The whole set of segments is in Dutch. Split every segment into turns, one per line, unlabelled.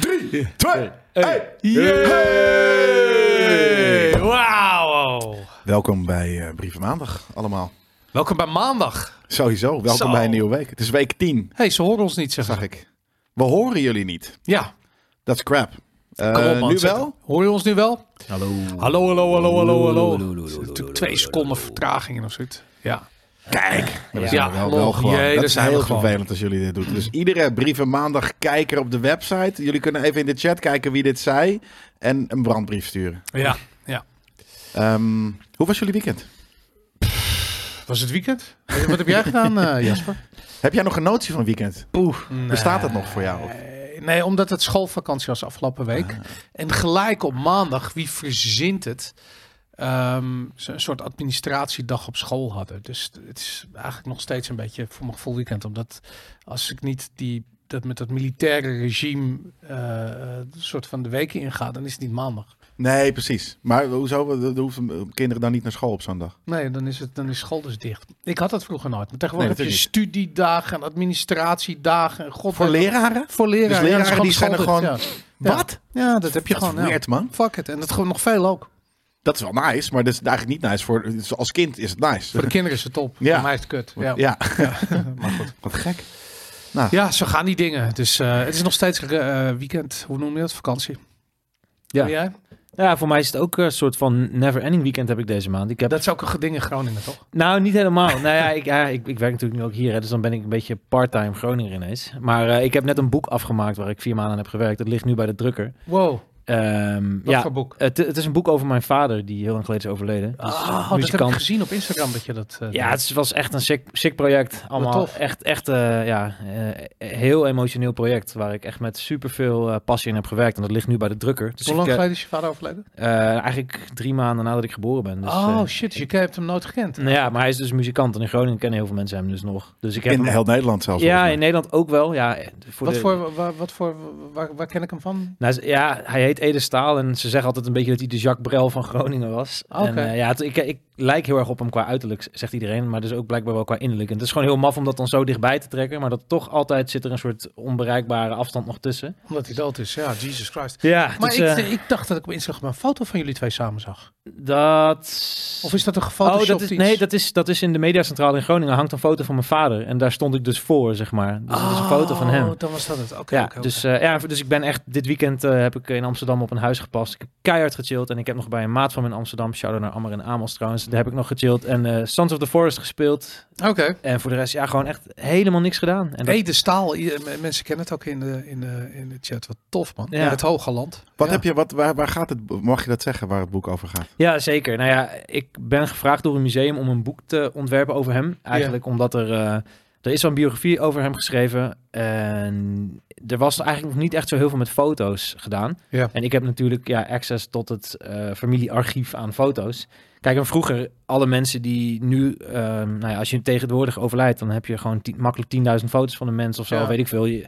3, 2,
Hey.
1.
Yay! Wauw.
Welkom bij eh Brieven Maandag allemaal.
Welkom bij maandag.
Sowieso, welkom
Zo.
bij een nieuwe week. Het is week 10,
hey, ze horen ons niet, zeg
zag ik. We horen jullie niet.
Ja.
Dat is crap. Eh,
Kom op, man.
nu
Zet-
wel?
Hoor je ons nu wel?
Hallo.
Hallo, hallo, hallo, hallo, hallo.
hallo, hallo, hallo,
Natuurlijk twee seconden vertraging of zoiets. Ja.
Kijk, we zijn
Ja,
er wel,
lol.
wel gewoon.
Jee,
dat
daar
is
zijn we
heel
gewoon.
vervelend als jullie dit doen. Dus iedere Brieven Maandag kijker op de website. Jullie kunnen even in de chat kijken wie dit zei. En een brandbrief sturen.
Ja. Ja.
Ehm, hoe was jullie weekend?
Was het weekend? Wat heb jij gedaan, eh, Jasper?
Heb jij nog een notie van een weekend?
Poeh.
Bestaat dat nog voor jou? Of-
Eh, Nee, omdat het schoolvakantie was afgelopen
Ah.
week. En gelijk op maandag, wie verzint het, ehm, ze een soort administratiedag op school hadden. Dus het is eigenlijk nog steeds een beetje voor mijn gevoel weekend. Omdat als ik niet die, dat met dat militaire regime eh, eh, soort van de weken inga, dan is het niet maandag.
Nee, precies. Maar hoezo eh, hoeven kinderen dan niet naar school op zo'n dag?
Nee, dan is, het, dan is school dus dicht. Ik had dat vroeger nooit. Maar tegenwoordig
Nee,
heb je
natuurlijk
studiedagen en administratiedagen. en God
Voor
weet-
leraren?
Voor leraar.
Dus leraren die zijn er gewoon-
Ja.
Wat?
Ja, dat heb je
Dat is
gewoon. ja.
weird, man.
Fuck it. En dat gewoon nog veel ook.
Dat is wel nice, maar dat is eigenlijk niet nice. Voor, dus als kind is het
Voor
nice.
de kinderen is het top.
Ja.
Voor mij is het kut. Ja.
Ja,
Maar goed.
wat gek.
Ja, zo gaan die dingen. Dus eh, het is nog steeds eh, weekend. Hoe noem je dat? Vakantie.
Ja.
En Jij?
Ja, voor mij is het ook een soort van never-ending weekend heb ik deze maand. Ik heb,
Dat is ook een geding in Groningen, toch?
Nou, niet helemaal. nou ja ik, ja, ik, ik werk natuurlijk nu ook hier, hè, dus dan ben ik een beetje part-time Groninger ineens. Maar eh, ik heb net een boek afgemaakt waar ik vier maanden aan heb gewerkt. Dat ligt nu bij de drukker.
Wow.
Ehm,
Wat
ja,
voor boek?
het, het is een boek over mijn vader, die heel lang geleden is overleden. Dus, eh,
Oh, dat heb ik gezien op Instagram dat je dat... eh,
Ja,
doet.
het was echt een sick, sick project. Allemaal
tof.
echt, echt eh, ja, eh, heel emotioneel project. Waar ik echt met superveel eh, passie in heb gewerkt. En dat ligt nu bij de drukker. Dus
Hoe lang
ik, eh,
geleden is je vader overleden?
eh, eigenlijk drie maanden nadat ik geboren ben. Dus,
oh
eh,
shit, je hebt hem nooit gekend.
nou ja, maar hij is dus muzikant. En in Groningen kennen heel veel mensen hem dus nog. Dus ik heb
In
hem-
heel Nederland zelfs.
Ja, in
volgens
Nederland ook wel. Ja, eh, voor
Wat
de-
voor, waar, wat voor, waar, waar ken ik hem van?
Nou, ze- ja, hij heet Ede Staal en ze zeggen altijd een beetje dat hij de Jacques Brel van Groningen was.
Oké.
En, eh, ja, het- ik, ik lijk heel erg op hem qua uiterlijk, zegt iedereen, maar dus ook blijkbaar wel qua innerlijk. En het is gewoon heel maf om dat dan zo dichtbij te trekken, maar dat toch altijd zit er een soort onbereikbare afstand nog tussen.
Omdat hij dood is. Ja, Jesus Christ.
Ja,
Maar
dus,
ik,
eh,
ik dacht dat ik op Instagram een foto van jullie twee samen zag.
dat...
Of is dat een
Oh,
gefotoshopt
dat is,
iets?
nee, dat is, dat is in de mediacentrale in Groningen hangt een foto van mijn vader. En daar stond ik dus voor, zeg maar. Dus dat is een foto van hem.
Oh, dan was dat het. Oké,
ja,
oké, oké.
dus, eh, ja, dus ik ben echt, dit weekend eh, heb ik in Amsterdam op een huis gepast. Ik heb keihard gechilled en ik heb nog bij een maat van me in Amsterdam, shout-out naar Ammer en Amos trouwens, daar heb ik nog gechilled. En eh Sons of the Forest gespeeld.
Oké.
eh, En voor de rest, ja, gewoon echt helemaal niks gedaan. En dat-
Ede Staal, ieder- m- mensen kennen het ook in de, in de, in de chat. Wat tof, man.
Ja.
Ja. Het Hoge Land.
mij. Wat
Ja.
heb je, wat, waar, waar gaat het, mag je dat zeggen, waar het boek over gaat?
Ja, zeker. Nou ja, ik ben gevraagd door een museum om een boek te ontwerpen over hem. Eigenlijk omdat er... eh, er is wel een biografie over hem geschreven. En er was eigenlijk nog niet echt zo heel veel met foto's gedaan.
Ja.
En ik heb natuurlijk ja, access tot het eh, familiearchief aan foto's. Kijk, en vroeger, alle mensen die nu... ehm, nou ja, als je tegenwoordig overlijdt, dan heb je gewoon tien- makkelijk 10.000 foto's van een mens of zo.
Ja.
Weet ik veel. Je,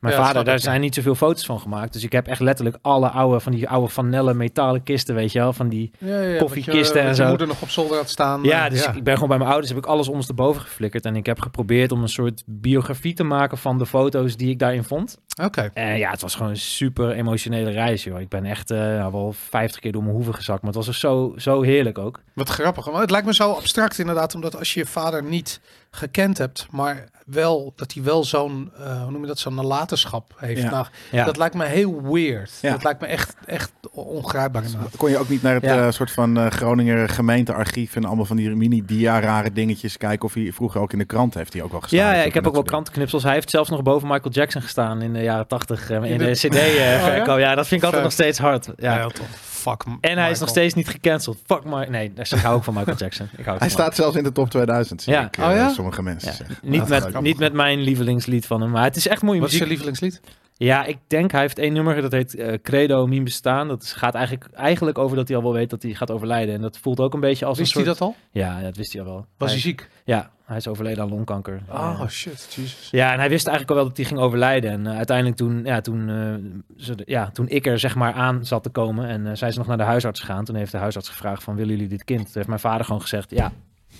mijn
Ja, dat snap
vader,
ik,
daar
ja.
zijn niet zoveel foto's van gemaakt. Dus ik heb echt letterlijk alle oude, van die oude vanellen metalen kisten, weet je wel. Van die
Ja, ja,
Koffiekisten en
en
zo.
Je moeder nog op zolder had staan.
ja,
Eh,
dus ik ben gewoon bij mijn ouders, heb ik alles ondersteboven geflikkerd. En ik heb geprobeerd om een soort biografie te maken van de foto's die ik daarin vond.
Oké.
En ja, het was gewoon een super emotionele reis, joh. Ik ben echt eh, nou, wel 50 keer door mijn hoeven gezakt. Maar het was ook zo, zo heerlijk ook.
Wat grappig. Maar het lijkt me zo abstract inderdaad. Omdat als je je vader niet gekend hebt, maar wel dat hij wel zo'n, eh, hoe noem je dat, zo'n nalatenschap heeft.
Ja.
Nou,
Ja,
Dat lijkt me heel weird.
Ja.
Dat lijkt me echt, echt on- ongrijpbaar inderdaad.
Kon je ook niet naar het
Ja.
eh, soort van eh, Groninger gemeentearchief en allemaal van die mini-dia rare dingetjes kijken of hij vroeger ook in de krant heeft hij ook wel gestaan.
ja, ja
natuurlijk,
ik heb
en
ook wel
dat soort
krantenknipsels. Hij heeft zelfs nog boven Michael Jackson gestaan in de jaren 80. eh,
In
in
de-
de, CD-verkoop.
Oh,
ja? dat vind ik
Vet.
altijd nog steeds hard. Ja.
Heel tof. Fuck
En hij is nog steeds niet gecanceld. Fuck maar. Nee, dus ik hou ook van Michael Jackson. Ik hou
dingen. Hij
van
staat zelfs in de top 2000, zie
Ja.
ik, eh,
Oh ja?
sommige mensen
Ja,
zeggen.
niet,
dat is
met,
leuk.
niet met mijn lievelingslied van hem, maar het is echt mooie
Wat is je
muziek.
lievelingslied?
Ja, ik denk hij heeft één nummer, dat heet eh, Credo Mien Bestaan. Dat is- gaat eigenlijk, eigenlijk over dat hij al wel weet dat hij gaat overlijden. En dat voelt ook een beetje als
Wist
een
hij
soort...
dat al?
Ja, ja, dat wist hij al wel.
Was
hij,
hij ziek?
Ja, hij is overleden aan longkanker.
Oh
Eh,
shit, Jesus.
ja, en hij wist eigenlijk al wel dat hij ging overlijden. En eh, uiteindelijk toen, ja, toen, eh, ze de- ja, toen ik er zeg maar aan zat te komen en eh, zij is nog naar de huisarts gegaan. Toen heeft de huisarts gevraagd van, willen jullie dit kind? Toen heeft mijn vader gewoon gezegd, ja,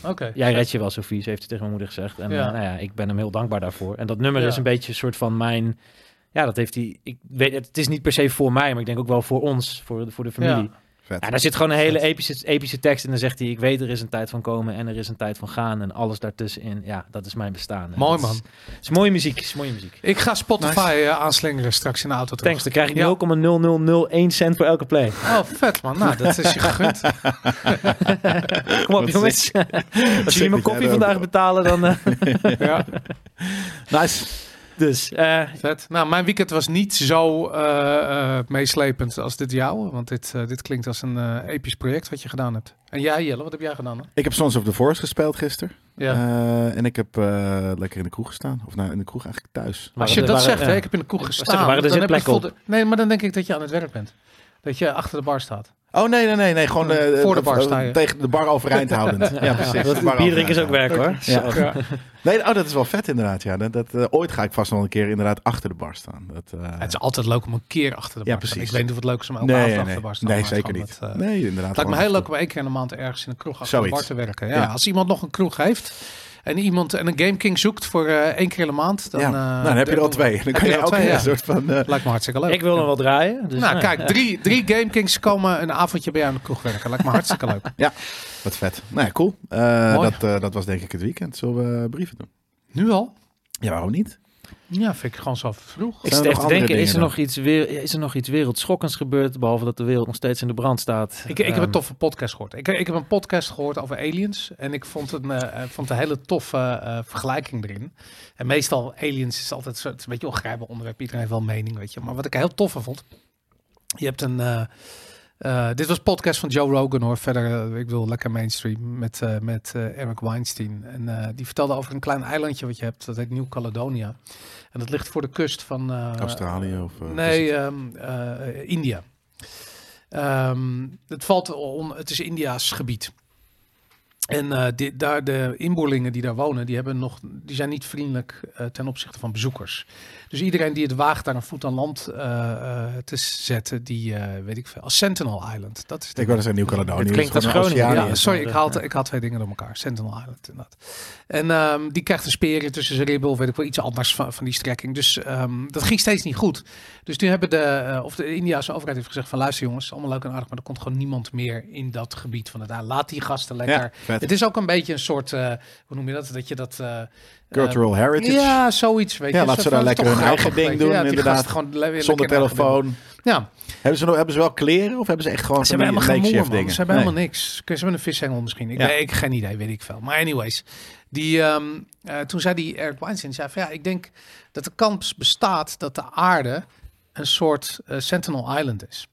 Oké.
Jij redt je wel, Sofie, ze heeft het tegen mijn moeder gezegd. En
Ja.
eh, nou ja, ik ben hem heel dankbaar daarvoor. En dat nummer
Ja.
is een beetje een soort van mijn Ja, dat heeft hij. Ik weet, het is niet per se voor mij, maar ik denk ook wel voor ons, voor, de- voor de familie. Ja.
Vet.
daar zit gewoon een hele epische, epische tekst in. Dan zegt hij: Ik weet, er is een tijd van komen en er is een tijd van gaan. En alles daartussenin. Ja, dat is mijn bestaan. En
Mooi,
dat
man.
Is, het is mooie muziek. het Is mooie muziek.
Ik ga Spotify eh, aanslingeren straks in de auto terug.
Thanks, dan krijg ik
Ja.
0,0001 cent voor elke play.
Oh, vet man. Nou, dat is je gegund.
Kom op,
Wat
jongens. Als jullie mijn
jij
koffie
dan?
vandaag betalen, dan... eh,
ja,
Nice.
dus, eh,
vet. Nou, mijn weekend was niet zo eh, eh, meeslepend als dit jouwe. Want dit, eh, dit klinkt als een eh, episch project wat je gedaan hebt. En jij, Jelle, wat heb jij gedaan? Hè?
Ik heb Sons of the Forest gespeeld gisteren.
Ja.
Eh, en ik heb eh, lekker in de kroeg gestaan. Of nou, in de kroeg eigenlijk thuis.
Als je dat
waren-
zegt, hè,
ja.
ik heb in de kroeg
zeggen,
gestaan.
waren er
dan heb ik
zitplekken op?
het voelde- Nee, maar dan denk ik dat je aan het werk bent. Dat je achter de bar staat.
Oh nee, nee, nee. nee gewoon
Voor
eh,
de
eh,
bar
eh,
sta je.
Tegen de bar overeind houdend. ja, precies.
Ja,
de bar
dat- bier drinken
overeind
is ook
houden.
werk, hoor.
Ja.
Zo.
Ja.
Nee, oh, dat is wel vet inderdaad. Ja. Dat, dat, eh, ooit ga ik vast wel een keer inderdaad achter de bar staan. Dat, eh,
Het is altijd leuk om een keer achter de bar
Ja,
te staan. Ik
precies.
weet niet of het leuk is om elke
nee,
avond
nee,
achter de
nee.
bar te staan.
Nee,
maar
zeker
gewoon
niet.
dat, eh,
nee, inderdaad.
Het lijkt me
gewoon
heel leuk
af
om één keer in de maand ergens in een kroeg achter
Zoiets.
de bar te werken. Ja,
Ja.
Als iemand nog een kroeg heeft en iemand en een Game King zoekt voor eh, één keer in de maand,
en toe.
dan,
ja.
eh,
nou, dan heb je er al twee. Dan
heb
kan
je
je
er
ook
al twee,
een
ja.
soort van... eh,
Lijkt me hartstikke leuk.
Ik wil nog wel draaien. Dus,
nou,
ja.
kijk, drie, drie Game Kings komen een avondje bij jou in de kroeg werken. Lijkt me hartstikke leuk.
Wat vet. Nou ja, cool. Eh,
Mooi.
dat, eh, dat was denk ik het weekend. Zullen we eh, brieven doen?
Nu al?
Ja, waarom niet?
Ja, vind ik gewoon zo vroeg.
Ik
Zijn
zit
er
echt
nog
te
andere
denken, is er,
dingen
nog iets weer, is er nog iets wereldschokkends gebeurd, behalve dat de wereld nog steeds in de brand staat?
Ik, ik heb
Ehm,
een toffe podcast gehoord. Ik, ik heb een podcast gehoord over aliens. En ik vond een, eh, eh, vond een hele toffe eh, vergelijking erin. En meestal aliens is altijd zo, het is een beetje een ongrijpbaar onderwerp. Iedereen heeft wel een mening, weet je. Maar wat ik heel tof aan vond. Je hebt een... eh, eh, dit was een podcast van Joe Rogan hoor. Verder, eh, ik wil lekker mainstream met, eh, met eh, Eric Weinstein. En eh, die vertelde over een klein eilandje wat je hebt. Dat heet Nieuw-Caledonia. En dat ligt voor de kust van... eh,
Australië of... eh,
Nee,
is
ehm, eh, India. Ehm, het valt on, het is India's gebied. En eh, die, daar, de inboorlingen die daar wonen, die, hebben nog, die zijn niet vriendelijk eh, ten opzichte van bezoekers. Dus iedereen die het waagt daar een voet aan land eh, eh, te zetten, die eh, weet ik veel. Als Sentinel Island, dat is
het- ik wou zeggen Nieuw-Caledonië.
Het
is
klinkt als
gewoon een
Groningen,
oceaan,
ja,
Italië is
sorry,
dan
ik
de-
haal, ik haal twee dingen door elkaar. Sentinel Island, inderdaad. En ehm, die krijgt een speer tussen zijn ribbel, weet ik wel, iets anders van, van die strekking. Dus ehm, dat ging steeds niet goed. Dus nu hebben de, eh, of de Indiase overheid heeft gezegd van luister jongens, allemaal leuk en aardig, maar er komt gewoon niemand meer in dat gebied van het aan. Laat die gasten lekker.
Ja, vet.
Het is ook een beetje een soort, eh, hoe noem je dat, dat je dat... eh, eh,
Cultural heritage.
ja, zoiets, weet
Ja,
je.
laat
Zo
ze
van,
daar
het is
lekker
toch
hun
grappig,
eigen ding
weet je.
doen,
Ja, die
inderdaad.
gasten gewoon le- lekker
Zonder
hun eigen ding
telefoon.
doen. Ja,
Hebben ze, nog, hebben ze wel kleren of hebben ze echt gewoon
ze hebben helemaal geen moer,
makeshift
man.
dingen?
Ze hebben helemaal niks. Ze hebben een vishengel misschien. Ik,
Ja.
weet, ik geen idee, weet ik veel. Maar anyways, die, ehm, eh, toen zei die Eric Weinstein, zei van, ja, ik denk dat de kans bestaat dat de aarde een soort eh, Sentinel Island is.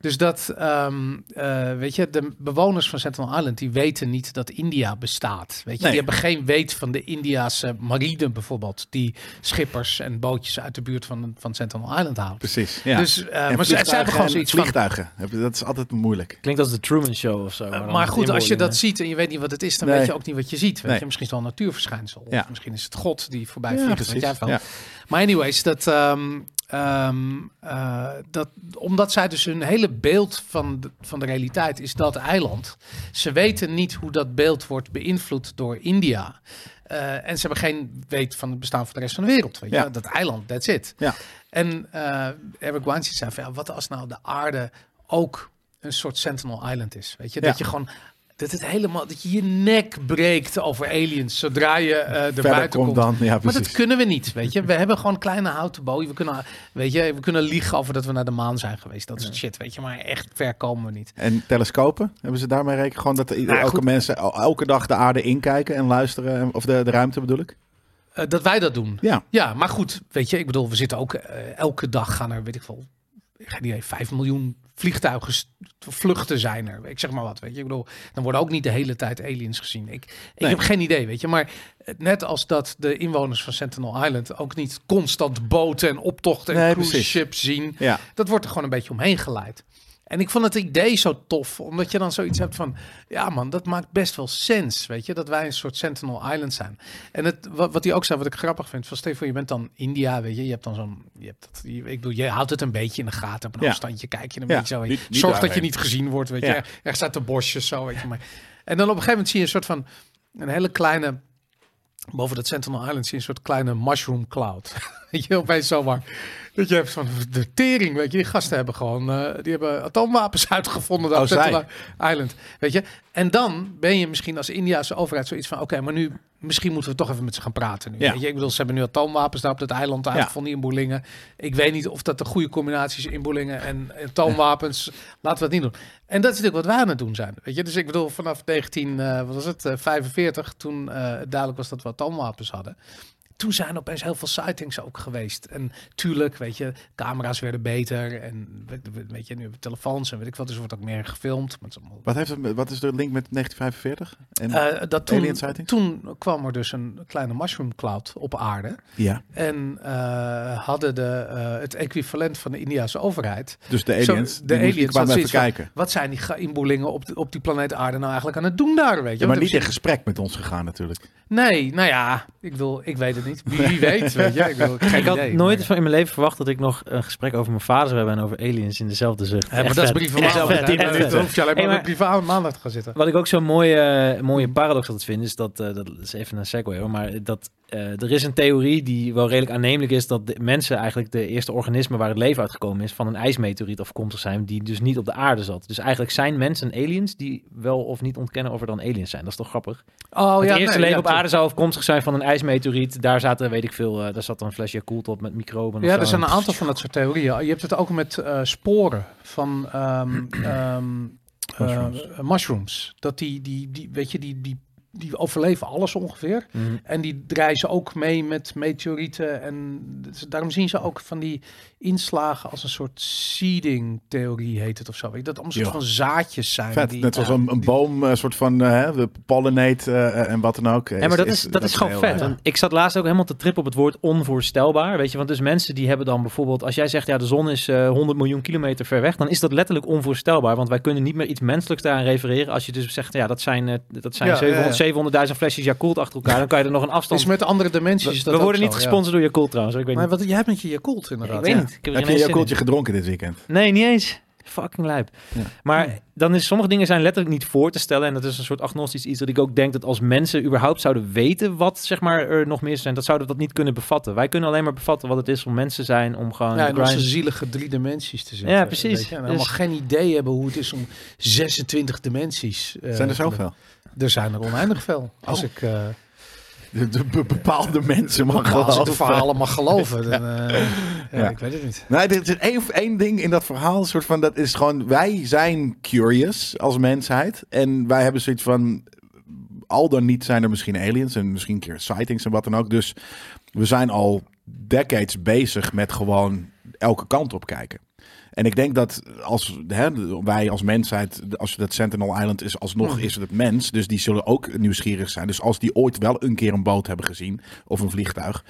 Dus dat, ehm, eh, weet je, de bewoners van Sentinel Island, die weten niet dat India bestaat. Weet je,
Nee.
die hebben geen weet van de Indiase marine bijvoorbeeld, die schippers en bootjes uit de buurt van, van Sentinel Island halen.
Precies, ja.
Dus, eh,
En
maar ze, ze hebben
vliegtuigen
gewoon
en
zoiets van,
vliegtuigen. Dat is altijd moeilijk.
Klinkt als de Truman Show of zo. maar dan
Eh, maar
met
goed, als je dat
inboorlingen.
ziet en je weet niet wat het is, dan
eh. Nee.
weet je ook niet wat je ziet. Weet
Nee.
je? Misschien is het wel een natuurverschijnsel.
Ja.
Of misschien is het God die voorbij
Ja,
vliegt. Weet
precies.
jij veel.
Ja.
Maar anyways, dat, ehm, ehm, eh, dat, omdat zij dus hun hele beeld van de, van de realiteit is dat eiland. Ze weten niet hoe dat beeld wordt beïnvloed door India. Eh, en ze hebben geen weet van het bestaan van de rest van de wereld. Weet je?
Ja.
Dat eiland, that's it.
Ja.
En eh Eric Weinstein zei van, ja, wat als nou de aarde ook een soort Sentinel Island is? Weet je,
Ja.
dat je gewoon... Dat het helemaal, dat je je nek breekt over aliens zodra je eh er
Verder
buiten
komt
komt.
dan, ja
Maar dat
precies.
kunnen we niet, weet je. We hebben gewoon kleine houten boei. We kunnen, weet je, we kunnen liegen over dat we naar de maan zijn geweest. Dat soort shit, weet je. Maar echt ver komen we niet.
En telescopen, hebben ze daarmee rekening? Gewoon dat i-
Nou,
elke
goed.
mensen el- elke dag de aarde inkijken en luisteren, en- of de, de ruimte bedoel ik?
Eh, dat wij dat doen.
Ja,
Ja, maar goed, weet je, ik bedoel, we zitten ook eh, elke dag gaan er, weet ik veel, ik ga niet even 5 miljoen vliegtuigen, st- vluchten zijn er. Ik zeg maar wat, weet je. Ik bedoel, dan worden ook niet de hele tijd aliens gezien. Ik, ik
Nee.
heb geen idee, weet je. Maar eh, net als dat de inwoners van Sentinel Island ook niet constant boten en optochten en
Nee,
cruise
precies.
ships zien.
ja.
Dat wordt er gewoon een beetje omheen geleid. En ik vond het idee zo tof, omdat je dan zoiets hebt van, ja man, dat maakt best wel sens, weet je, dat wij een soort Sentinel Island zijn. En het, wat, wat hij ook zei, wat ik grappig vind, van Stefan, je bent dan India, weet je, je hebt dan zo'n, je hebt dat, je- ik bedoel, je houdt het een beetje in de gaten, op een
Ja.
afstandje kijk je een
Ja,
beetje zo, weet je.
niet- niet
zorg dat je
daarheen.
niet gezien wordt, weet
Ja.
je, er staat de bosjes zo, weet je, maar. En dan op een gegeven moment zie je een soort van, een hele kleine, boven dat Sentinel Island zie je een soort kleine mushroom cloud, weet je, opeens zomaar. Dat je hebt van de tering, weet je. Die gasten hebben gewoon, eh, die hebben atoomwapens uitgevonden daar
Oh,
op
zij.
Settler Island. Weet je. En dan ben je misschien als Indiase overheid zoiets van, oké, maar nu, misschien moeten we toch even met ze gaan praten nu.
Ja.
Weet je, ik bedoel, ze hebben nu atoomwapens daar op dat eiland uitgevonden in Boelingen. Ik weet niet of dat de goede combinatie is in Boelingen en atoomwapens. Laten we dat niet doen. En dat is natuurlijk wat wij aan het doen zijn. Weet je, dus ik bedoel, vanaf 19, eh, wat was het, eh, 45, toen eh, het duidelijk was dat we atoomwapens hadden. Toen zijn er opeens heel veel sightings ook geweest. En tuurlijk, weet je, camera's werden beter. En we- we- weet je, nu hebben we telefoons en weet ik wat. Dus er wordt ook meer gefilmd. Maar het is allemaal...
Wat, heeft het, met- wat is de link met 1945? En,
Eh, dat
Alien
toen,
sightings?
toen kwam er dus een kleine mushroom cloud op aarde.
ja,
En eh, hadden de, eh, het equivalent van de Indiase overheid
dus de
zo-
aliens.
de
die moest- die
aliens,
kwamen
dat
even
is iets
kijken.
Wat zijn die inboelingen op, de- op die planeet aarde nou eigenlijk aan het doen daar, weet
Ja,
je?
maar
Want
niet
in
in gesprek met ons gegaan natuurlijk.
principe- Nee, nou ja, ik, wil, ik weet het niet. Wie weet, weet je? Ik, wil, ik,
Ik had nooit van in mijn leven verwacht dat ik nog een gesprek over mijn vader zou hebben en over aliens in dezelfde zucht.
maar
Echt
dat is
vet.
brieven
Echt
maandag.
vet, tien
hè? Dan
minuten.
hoef je alleen maar,
Hey,
met
maar-
privé maandag te gaan zitten.
Wat ik ook zo'n mooie,
Mm-hmm.
mooie paradox altijd vind, is dat, eh, dat is even een segue hoor, maar dat eh, er is een theorie die wel redelijk aannemelijk is dat de mensen eigenlijk de eerste organismen waar het leven uitgekomen is van een ijsmeteoriet afkomstig zijn, die dus niet op de aarde zat. Dus eigenlijk zijn mensen aliens die wel of niet ontkennen of er dan aliens zijn. Dat is toch grappig?
Oh,
het eerste leven op aarde zou afkomstig zijn van een ijsmeteoriet. Daar zaten, weet ik veel, eh, daar zat een flesje koelt op met microben. of
Ja,
zo.
er zijn een aantal van dat soort theorieën. Je hebt het ook met eh, sporen van ehm, ehm, eh,
Mushrooms.
mushrooms. Dat die, die, die, weet je, die, die, die overleven alles ongeveer.
Mhm.
En die reizen ook mee met meteorieten. En dus daarom zien ze ook van die inslagen als een soort seeding-theorie heet het of zo. Weet je, Dat allemaal soort
Ja.
van zaadjes zijn.
Vet,
die,
net zoals een, een
die-
boom, een soort van eh, hè, de pollinate eh, en wat dan ook.
Ja, maar dat is, dat is gewoon
heel eh,
vet.
erg.
Want ik zat laatst ook helemaal te trippen op het woord onvoorstelbaar. Weet je, want dus mensen die hebben dan bijvoorbeeld, als jij zegt ja, de zon is eh 100 miljoen kilometer ver weg, dan is dat letterlijk onvoorstelbaar. Want wij kunnen niet meer iets menselijks daaraan refereren. Als je dus zegt, ja, dat zijn, eh, dat zijn
Ja,
700
ja,
700.000 flesjes Yakult achter elkaar, dan kan je er nog een afstand.
Dus met andere dimensies. is
we
dat
we
ook
worden
zo,
niet
ja.
gesponsord door Yakult trouwens. Ik weet
Maar
niet.
wat, jij hebt met je Yakult inderdaad.
ik weet
ja.
niet. Ik heb, er
Heb je
geen
je
zin in.
koeltje gedronken dit weekend?
Nee, niet eens. Fucking lijp.
Ja.
Maar dan is, sommige dingen zijn letterlijk niet voor te stellen. En dat is een soort agnostisch iets dat ik ook denk dat als mensen überhaupt zouden weten wat zeg maar, er nog meer zijn, dat zouden we dat niet kunnen bevatten. Wij kunnen alleen maar bevatten wat het is om mensen zijn, om gewoon...
Ja,
de
in onze
grind-
zielige drie dimensies te zitten.
Ja, precies.
weet je, En helemaal
Dus-
geen idee hebben hoe het is om 26 dimensies. eh,
Zijn er
te-
zoveel? Oh.
Er zijn er oneindig veel. Als ik eh,
De, de be- bepaalde mensen mag
als ik de
geloven.
verhalen mag geloven, dan, eh, ja,
Ja.
ik weet het niet.
Nee, er is één, één ding in dat verhaal. een Soort van, dat is gewoon, wij zijn curious als mensheid. En wij hebben zoiets van, al dan niet zijn er misschien aliens en misschien een keer sightings en wat dan ook. Dus we zijn al decades bezig met gewoon elke kant op kijken. En ik denk dat als hè, wij als mensheid, als dat Sentinel Island is, alsnog
Mhm.
is het het mens. Dus die zullen ook nieuwsgierig zijn. Dus als die ooit wel een keer een boot hebben gezien of een vliegtuig,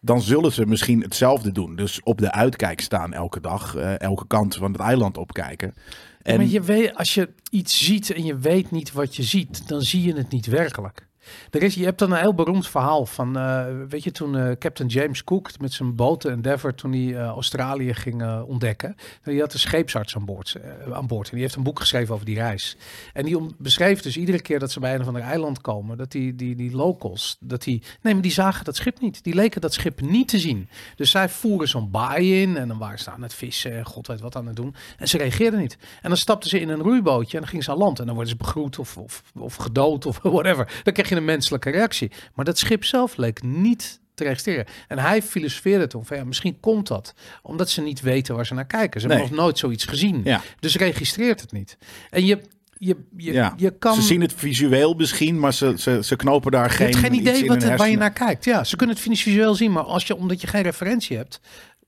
dan zullen ze misschien hetzelfde doen. Dus op de uitkijk staan elke dag, eh, elke kant van het eiland opkijken. En
Maar je weet, als je iets ziet en je weet niet wat je ziet, dan zie je het niet werkelijk. Er is, je hebt dan een heel beroemd verhaal van, eh, weet je, toen eh, Captain James Cook met zijn boot Endeavour, toen hij eh, Australië ging eh, ontdekken, die had een scheepsarts aan boord, eh, aan boord. En die heeft een boek geschreven over die reis. En die om- beschreef dus iedere keer dat ze bij een of ander eiland komen, dat die, die, die locals, dat die, nee, maar die zagen dat schip niet. Die leken dat schip niet te zien. Dus zij voeren zo'n baai in en dan waren ze aan het vissen en god weet wat aan het doen. En ze reageerden niet. En dan stapten ze in een roeibootje en dan gingen ze aan land. En dan worden ze begroet of, of, of gedood of whatever. Dan kreeg je een menselijke reactie. Maar dat schip zelf leek niet te registreren. En hij filosofeerde toen van ja, misschien komt dat omdat ze niet weten waar ze naar kijken. Ze hebben
Nee.
nog nooit zoiets gezien.
Ja.
Dus registreert het niet. En je, je, je,
Ja.
je kan...
Ze zien het visueel misschien, maar ze, ze, ze knopen daar
Je
geen.
hebt geen
iets
idee
in
wat
hun
het- waar je
hersenen.
naar kijkt. Ja, ze kunnen het visueel zien, maar als je, omdat je geen referentie hebt,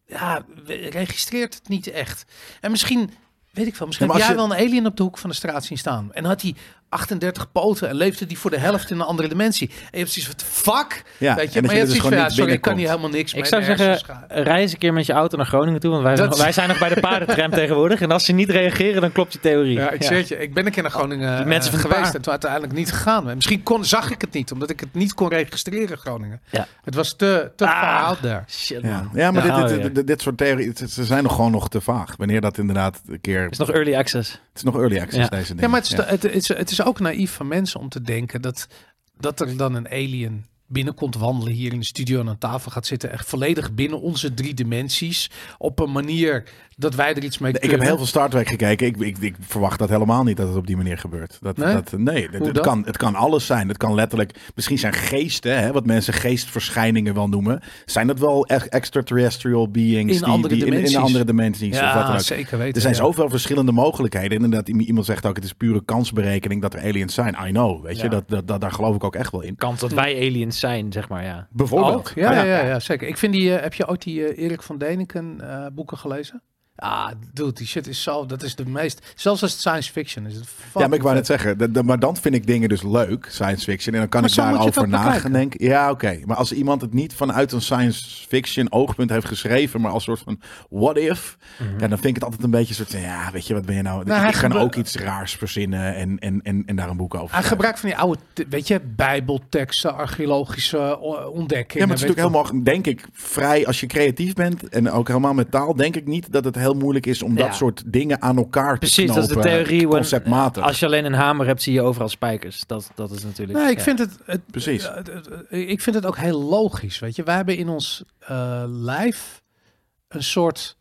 ja, we- registreert het niet echt. En misschien, weet ik wel, misschien
Ja,
heb
maar
jij
als
wel een alien op de hoek van de straat zien staan. En had hij 38 poten en leefde die voor de helft in een andere dimensie. En je hebt zoiets van, fuck,
Ja, en dat
weet je. Maar je
je
hebt
dus
zoiets van,
gewoon
ja,
niet
sorry, ik kan
binnenkomt.
hier helemaal niks
Ik
mee.
zou
mijn
zeggen,
hersens gaan.
reis een keer met je auto naar Groningen toe, want wij, zijn,
Dat-
nog, wij zijn nog bij de paardentram tegenwoordig. En als ze niet reageren, dan klopt je theorie.
Ja, ik zeg het je, ik ben een keer
Oh,
naar Groningen
Die mensen
eh,
van
geweest
Paar.
en toen uiteindelijk niet gegaan. Maar Misschien kon, zag ik het niet, omdat ik het niet kon registreren, Groningen.
Ja.
Het was te, te far
Ah.
out there.
Shit, man.
Ja, ja maar
Ja,
dit,
oh,
dit,
ja.
dit, dit soort theorieën, ze- ze zijn nog gewoon nog te vaag. Wanneer dat inderdaad een keer...
Het is nog early access.
Het is nog early access,
Ja.
deze dingen.
Ja, maar het is, Het, is, het is ook naïef van mensen om te denken dat, dat er dan een alien binnen komt wandelen hier in de studio en aan tafel gaat zitten. Echt volledig binnen onze drie dimensies. Op een manier dat wij er iets mee
Ik
kunnen.
heb heel veel Star Trek gekeken. Ik, ik, ik verwacht dat helemaal niet dat het op die manier gebeurt. Dat,
Nee?
dat, nee het,
Hoe
het
dan?
kan, het kan alles zijn. Het kan letterlijk... Misschien zijn geesten, hè, wat mensen geestverschijningen wel noemen... zijn dat wel e- extraterrestrial beings...
In andere
in- In,
dimensies.
andere dimensies. of wat dan
Ja,
ook.
zeker weten.
Er zijn
ja.
zoveel verschillende mogelijkheden. Inderdaad, i- iemand zegt ook... het is pure kansberekening dat er aliens zijn. I know, weet je.
Ja.
Dat, dat, dat, daar geloof ik ook echt wel in.
Kans dat wij aliens zijn, zeg maar, ja.
Bijvoorbeeld.
Ook? Ja, ja, ja, ja, zeker. Ik vind die, eh, heb je ooit die eh, Erik van Deniken eh, boeken gelezen? Ah, dude, die shit is zo, dat is de meest, zelfs als het science fiction is het
Ja, maar ik wou net
fucking
zeggen, dat- dat- maar dan vind ik dingen dus leuk, science fiction. En dan kan
Maar
ik
zo moet je het
daarover
ook bekijken.
nagaan denken. Ja, oké. Maar als iemand het niet vanuit een science fiction oogpunt heeft geschreven, maar als soort van what if, ja, dan vind ik het altijd een beetje een soort van, ja, weet je, wat ben je nou?
Mhm. Nou, hij
ik kan
gebe-
ook iets raars verzinnen en, en, en, en daar een boek over
Hij
schrijven.
gebruikt van die oude, t- weet je, bijbelteksten, archeologische eh, o- ontdekkingen.
Ja, maar het is
weet
natuurlijk
ik
helemaal, denk ik, vrij als je creatief bent en ook helemaal met taal, denk ik niet dat het heel moeilijk is om
Ja.
dat soort dingen aan elkaar te
Precies, dat is de
knopen,
theorie. want
Conceptmatig.
Als je alleen een hamer hebt, zie je overal spijkers. Dat, dat is natuurlijk...
veel. Nee, ik
ja.
vind het, het
Precies.
eh, het- het- ik vind het ook heel logisch, weet je. Wij hebben in ons eh, lijf een soort,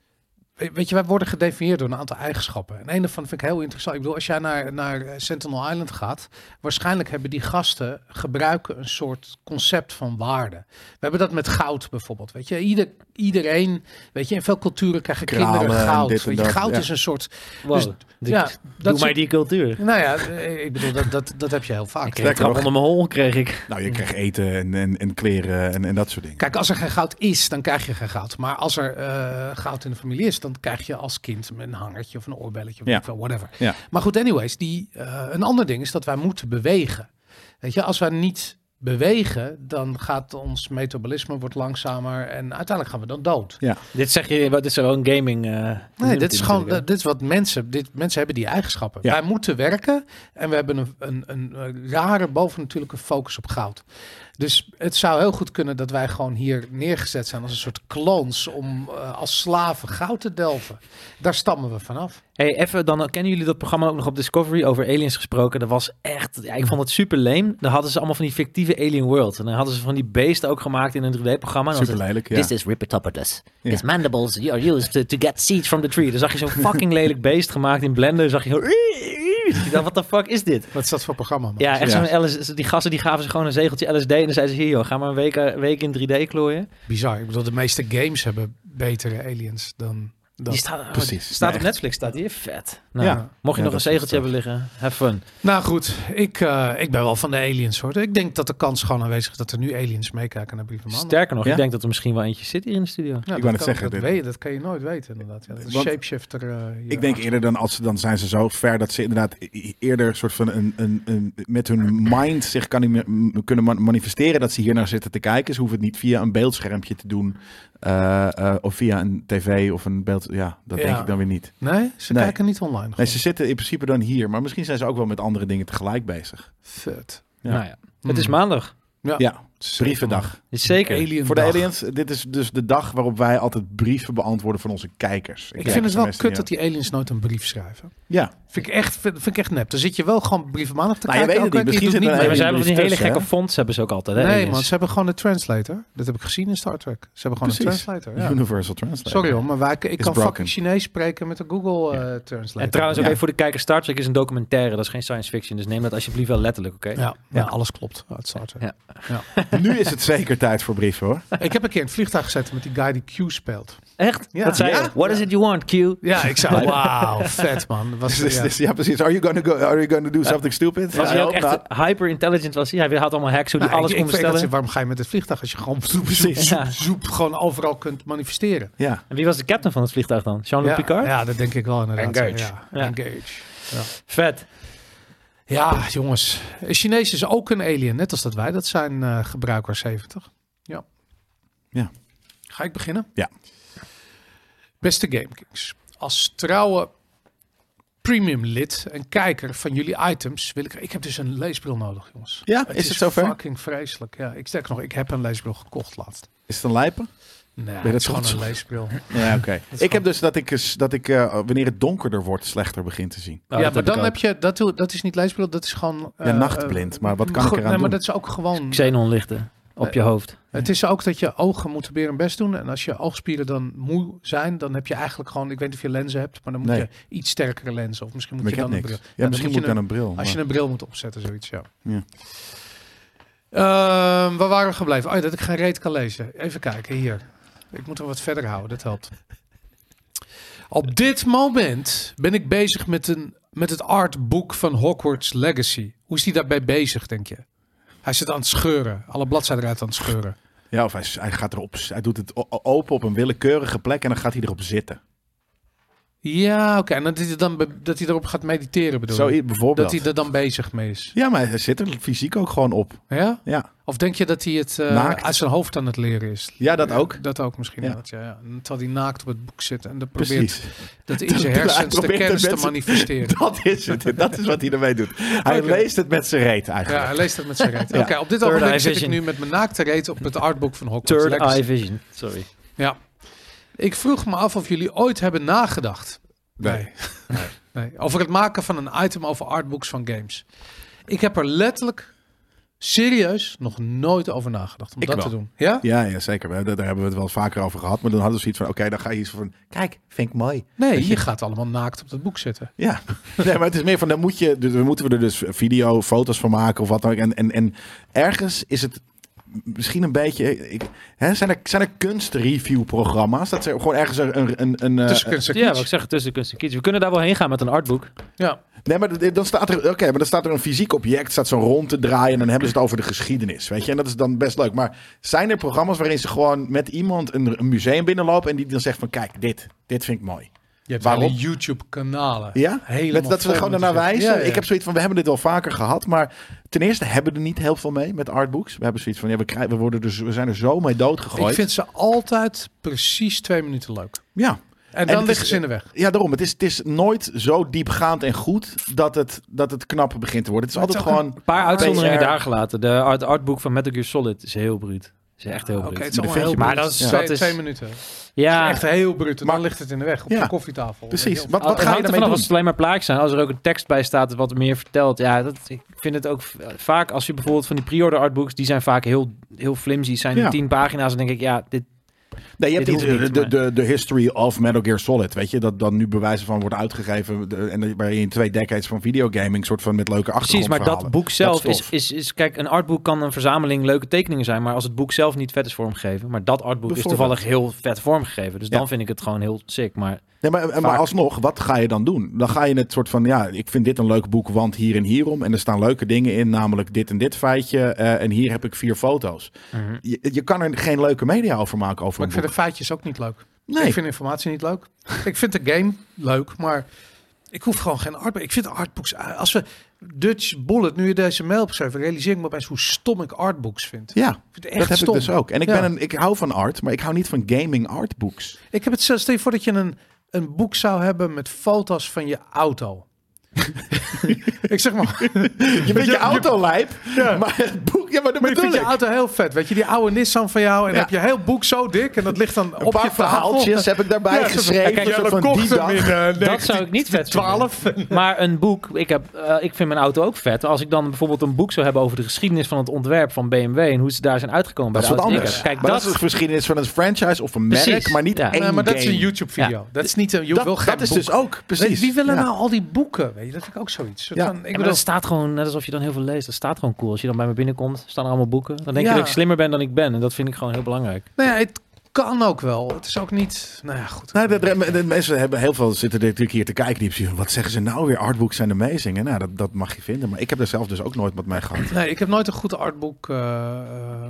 we- weet je, wij worden gedefinieerd door een aantal eigenschappen. En een daarvan vind ik heel interessant. Ik bedoel, als jij naar, naar eh, Sentinel Island gaat, waarschijnlijk hebben die gasten gebruiken een soort concept van waarde. We hebben dat met goud bijvoorbeeld, weet je. Ieder, iedereen, weet je, in veel culturen krijgen
Kralen en
kinderen goud.
dit en
weet je,
dat,
goud
ja.
is een soort
Wow,
Dus-
dit-
ja,
doe
dat
mij
is-
die cultuur.
Nou ja, eh, ik bedoel, dat, dat, dat heb je heel vaak.
Ik kreeg een trap
nog.
onder mijn hol, kreeg ik.
Nou, je krijgt eten en, en, en kleren en, en dat soort dingen.
Kijk, als er geen goud is, dan krijg je geen goud. Maar als er eh, goud in de familie is, dan krijg je als kind een hangertje of een oorbelletje of
Ja.
weet ik veel, whatever.
Ja.
Maar goed, anyways, die, eh, een ander ding is dat wij moeten bewegen. Weet je, als wij niet bewegen, dan gaat ons metabolisme wordt langzamer en uiteindelijk gaan we dan dood.
Dit zeg je, wat- dit is wel een gaming... eh,
Nee, dit
community
is gewoon
natuurlijk,
dit is wat mensen, dit, mensen hebben die eigenschappen.
Ja.
Wij moeten werken en we hebben een, een, een eh, rare bovennatuurlijke focus op goud. Dus het zou heel goed kunnen dat wij gewoon hier neergezet zijn als een soort klons om eh, als slaven goud te delven. Daar stammen we vanaf.
hè. hey, even dan, kennen jullie dat programma ook nog op Discovery over aliens gesproken? Dat was echt, ja, ik vond het super lame. Daar hadden ze allemaal van die fictieve alien world. En dan hadden ze van die beesten ook gemaakt in een 3D-programma. En dan was
Super
het-
lelijk, ja.
This is Ripetopodus.
Ja.
His mandibles
are used to, to get seeds from the tree. Dan zag je zo'n fucking lelijk beest gemaakt in Blender. Zag je zo... Ik dacht, what the fuck is dit?
Wat is dat voor programma? man?
Ja, echt
Ja.
zo'n LS, die gasten die gaven ze gewoon een zegeltje LSD en dan zeiden ze hier joh, ga maar een week, eh, week in 3D klooien.
Bizar. Ik bedoel, de meeste games hebben betere aliens dan dat.
Die staat, oh,
Precies.
die
Nee,
staat
echt.
op Netflix, staat die vet. Nou,
Ja.
Mocht je
Ja,
nog een
dat is
zegeltje hebben liggen, have fun.
Nou goed, ik, eh, ik ben wel van de aliens hoor. Ik denk dat de kans gewoon aanwezig is dat er nu aliens meekijken naar Brieven Maandag.
Sterker nog,
Ja?
ik denk dat er misschien wel eentje zit hier in de studio.
Ja,
Ik
dat
wou net
kan-
zeggen,
Dat,
dit-
weet je- dat kan je nooit weten, inderdaad. Ja, dat is
Want-
shapeshifter. eh, hier
Ik denk
achter.
eerder dan als ze dan zijn ze zo ver dat ze inderdaad i- i- eerder een soort van een, een, een met hun mind zich kan, niet meer- m- kunnen man- manifesteren dat ze hier naar zitten te kijken. Ze hoeven het niet via een beeldschermpje te doen eh, eh, of via een tv of een beeld. Ja, dat denk
Ja.
ik dan weer niet.
Nee, ze
Nee.
kijken niet online.
Nee,
gewoon.
ze zitten in principe dan hier, maar misschien zijn ze ook wel met andere dingen tegelijk bezig.
Vet.
Ja.
Nou ja,
Hmm.
het is maandag.
Ja,
Zeker,
brievendag.
Is Zeker.
man. Alien
Voor de
dag.
aliens, dit is dus de dag waarop wij altijd brieven beantwoorden van onze kijkers.
Ik vind het wel kut dat
die.
die aliens nooit een brief schrijven.
Ja,
Vind ik echt, vind, vind ik echt nep. Dan zit je wel gewoon brieven maandag te
Nou, je
kijken.
weet het
oké,
niet.
je
Misschien
doet
zit er
Nee,
een
maar ze hebben van die hele
tussen,
gekke
hè?
fonts hebben ze ook altijd. Hè,
niet- Nee,
aliens.
man, ze hebben gewoon een translator. Dat heb ik gezien in Star Trek. Ze hebben gewoon
Precies.
een translator. Ja.
Universal Translate.
Sorry hoor, maar wij, ik kan
broken.
fucking Chinees spreken met een Google eh translator.
En trouwens ook
Ja.
even voor de kijker, Star Trek is een documentaire, dat is geen science fiction. Dus neem dat alsjeblieft wel letterlijk, oké?
Ja, ja, ja, alles klopt uit Star Trek.
Nu is het zeker tijd voor brieven hoor.
Ik heb een keer in het vliegtuig gezeten met die guy die Q speelt.
Echt?
Ja.
Wat zei je?
Ja.
What is it you want, Q?
Ja, ik zei, wauw, vet man.
Dus,
Was,
dus,
ja.
dus, ja, precies. Are you gonna go? Are you gonna do something stupid?
Was
Ja,
hij ook
hoop
echt
dat.
hyper intelligent was? Hij Hij had allemaal hacks hoe hij
Nou,
alles
ik-
kon
ik weet dat ze-
bestellen.
waarom ga je met het vliegtuig als je gewoon zoep, zoep,
Precies.
zoep,
Ja.
zoep, gewoon overal kunt manifesteren?
Ja.
En wie was de captain van het vliegtuig dan? Jean-Luc
ja,
Picard?
ja, dat denk ik wel inderdaad.
Engage.
Ja,
Ja.
Engage.
Vet. Oh,
Ja, jongens. Een Chinees is ook een alien, net als dat wij. Dat zijn eh, gebruiker 70. Ja.
Ja.
Ga ik beginnen?
Ja.
Beste GameKings, als trouwe premium lid en kijker van jullie items wil ik... Ik heb dus een leesbril nodig, jongens.
Ja, is het zover?
fucking vreselijk. Ja, ik zeg nog, ik heb een leesbril gekocht laatst.
Is het een lijpen?
Nee,
je
het is
dat Nou,
gewoon
trots
een
op?
leesbril.
Ja, oké. Ik heb dus dat ik, eens- dat ik eh, wanneer het donkerder wordt, slechter begin te zien.
Oh,
ja,
dat
maar
heb ik
dan
ook.
heb je, dat, doe- dat is niet leesbril, dat is gewoon... eh,
Ja, nachtblind, maar wat kan ik
goed,
eraan
nee,
doen?
maar dat is ook gewoon...
Xenonlichten. op je
Eh,
hoofd.
Het is ook dat je ogen moeten weer hun best doen. En als je oogspieren dan moe zijn, dan heb je eigenlijk gewoon... Ik weet niet of je lenzen hebt, maar dan moet
Nee.
je iets sterkere lenzen. Of misschien moet
Maar ik
je
heb
dan een
niks.
bril.
Ja,
dan
misschien
moet je
moet ik dan een bril.
Als je
maar-
een bril moet opzetten, zoiets, ja.
eh, Ja.
Ehm, waar waren we gebleven? Oh ja, dat ik geen reet kan lezen. Even kijken, hier. Ik moet hem wat verder houden, dat helpt. Op dit moment ben ik bezig met, een, met het artboek van Hogwarts Legacy. Hoe is hij daarbij bezig, denk je? Hij zit aan het scheuren. Alle bladzijden eruit aan het scheuren.
Ja, of hij, hij gaat erop. Hij doet het o- open op een willekeurige plek en dan gaat hij erop zitten.
Ja, oké. En dat hij, dan, be- dat hij erop gaat mediteren, bedoel
Zo
je?
i- bijvoorbeeld.
Dat hij er dan bezig mee is.
Ja, maar hij zit er fysiek ook gewoon op.
Ja?
Ja,
Of denk je dat hij het eh,
Naakt.
uit zijn hoofd aan het leren is?
ja dat ook.
Dat ook misschien.
Ja.
inderdaad, Ja. Ja, Terwijl hij naakt op het boek zit en dat probeert
Precies.
dat in zijn
hij
hersens de
probeert de
kennis te
mensen-
manifesteren.
Dat is het. Dat is wat hij ermee doet. Hij
Oké.
leest het met zijn reet
Ja,
eigenlijk.
hij leest dat met zijn reet.
Ja.
Oké, op dit
Third
ogenblik
eye
zit ik
vision.
nu met mijn naakte reet op het artbook van Hogwarts
Third
Legacy.
eye vision. Sorry.
Ja. Ik vroeg me af of jullie ooit hebben nagedacht.
Nee.
Nee. Nee. Over het maken van een item over artbooks van games. Ik heb er letterlijk serieus nog nooit over nagedacht om
Ik
dat
wel.
te doen. Ja?
Ja, ja, zeker. We hebben- Daar hebben we het wel eens vaker over gehad. Maar dan hadden we zoiets van, oké, dan ga je iets van... Kijk, vind ik mooi.
Nee, je gaat allemaal naakt op dat boek zitten.
Ja, nee, maar het is meer van, dan moet je, dus, dan moeten we er dus video, foto's van maken of wat dan ook. En, en, en ergens is het misschien een beetje, ik, hè, zijn, er, zijn er kunstreviewprogramma's? Dat ze gewoon ergens een... een, een, een eh,
Tussen kunst en
Ja,
kitsch.
wat ik zeg, tussen kunst en kitsch. We kunnen daar wel heen gaan met een artboek.
ja.
nee, maar dit- dan staat er, oké, maar dan staat er een fysiek object, staat zo rond te draaien en dan hebben ze het over de geschiedenis, weet je. En dat is dan best leuk. Maar zijn er programma's waarin ze gewoon met iemand een, een museum binnenlopen en die dan zegt van, kijk, dit, dit vind ik mooi.
Je hebt
Waarom?
hele YouTube-kanalen.
Ja,
Helemaal
Met dat ze
vol
er gewoon
met
naar
dit.
wijzen.
Ja, ja.
Ik heb zoiets van, we hebben dit al vaker gehad, maar ten eerste hebben we er niet heel veel mee met artbooks. We hebben zoiets van, ja, we, krijgen, we, worden dus, we zijn er zo mee doodgegooid.
Ik vind ze altijd precies twee minuten leuk.
Ja.
En
het
dan
is-
liggen ze in de weg.
ja, daarom. Het is, het is nooit zo diepgaand en goed dat het, dat het knap begint te worden. Het is
Maar het
altijd
is ook
gewoon...
Een paar uitzonderingen
PR.
daar gelaten. De art, artboek van Metal Gear Solid is heel bruut. Is echt heel
Ah, Oké,
bruut.
het is
Maar
allemaal heel
dat vind je-
bruut.
maar dat
twee,
is- dat is-
twee minuten.
Ja,
Echt heel bruut. En dan
Maar-
ligt het in de weg op
Ja,
de koffietafel.
Precies.
Heel-
Wat, wat
Het
ga je
hangt ervan
ermee
af
doen?
als het alleen maar plaatjes zijn. Als er ook een tekst bij staat wat meer vertelt. Ja, dat, ik vind het ook v- vaak als je bijvoorbeeld van die pre-order artbooks... die zijn vaak heel, heel flimsy. Zijn
Ja.
tien pagina's en denk ik, ja, dit...
Nee, je hebt
Dit
niet
hoeft
de,
niet,
de,
maar-
de, de history of Metal Gear Solid, weet je? Dat dan nu bewijzen van wordt uitgegeven de- en waarin je twee decades van videogaming soort van met leuke
Precies, maar
achtergrondverhalen.
dat boek zelf
Dat is
is,
tof.
is, is... Kijk, een artboek kan een verzameling leuke tekeningen zijn... maar als het boek zelf niet vet is vormgegeven... maar dat artboek is
Bijvoorbeeld.
toevallig heel vet vormgegeven. Dus
Ja.
dan vind ik het gewoon heel sick. Maar
Nee, maar, maar
Vaak.
alsnog, wat ga je dan doen? Dan ga je het soort van, ja, ik vind dit een leuk boek, want hier en hierom. En er staan leuke dingen in, namelijk dit en dit feitje. eh, en hier heb ik vier foto's. Je, je kan er geen leuke media over maken over
Maar
een
ik vind
boek.
de feitjes ook niet leuk.
nee,
Ik vind informatie niet leuk. ik vind de game leuk, maar ik hoef gewoon geen artboek. Ik vind artbooks... Als we Dutch Bullet, nu je deze mail opschrijft, realiseer ik me opeens hoe stom ik artbooks vind. Ik
ja,
vind het echt
dat heb
stom.
ik dus ook. En ik,
Ja.
ben een, ik hou van art, maar ik hou niet van gaming artbooks.
Ik heb het zelf. Stel je voor dat je een, een boek zou hebben met foto's van je auto. ik zeg maar.
Je bent je autolijp,
Ja.
maar het boek, ja, maar dat
Maar ik
bedoel
vind je
ik.
auto heel vet. Weet je, die oude Nissan van jou. En
Ja.
heb je heel boek zo dik. En dat ligt dan
Een
op je
paar
tafel.
verhaaltjes heb ik daarbij
Ja,
geschreven.
kijk,
een soort
Jelle
van
kocht
die
hem
dag.
in, eh,
dat
1912.
zou ik niet vet vinden. Maar een boek, ik, heb, eh, ik vind mijn auto ook vet. Als ik dan bijvoorbeeld een boek zou hebben over de geschiedenis van het ontwerp van BMW en hoe ze daar zijn uitgekomen
Dat is
bij
wat
de
anders.
auto's. Ik heb- Kijk,
maar dat,
dat,
is de geschiedenis van een franchise of een merk,
Precies,
maar niet
ja.
één
Nee, maar dat is een
game.
YouTube-video. Dat is niet een. Je
Dat,
wil
dat
geen
is
boek.
dus ook, precies.
Weet, wie willen
Ja.
nou al die boeken? Weet je, dat vind ik ook zoiets. Soort
Ja.
van, ik
Ja, maar
bedoel,
dat staat gewoon, net alsof je dan heel veel leest. Dat staat gewoon cool. Als je dan bij me binnenkomt, staan er allemaal boeken. Dan denk
Ja.
je dat ik slimmer ben dan ik ben. En dat vind ik gewoon heel belangrijk.
nou ja, het kan ook wel. Het is ook niet. Nou ja, goed.
Nou, de, de- de mensen hebben heel veel zitten natuurlijk hier te kijken. Die hebben zoiets van, wat zeggen ze nou weer? Artbooks zijn amazing. En nou, dat, dat mag je vinden. Maar ik heb er zelf dus ook nooit wat mee gehad.
Nee, ik heb nooit een goed artboek eh, eh,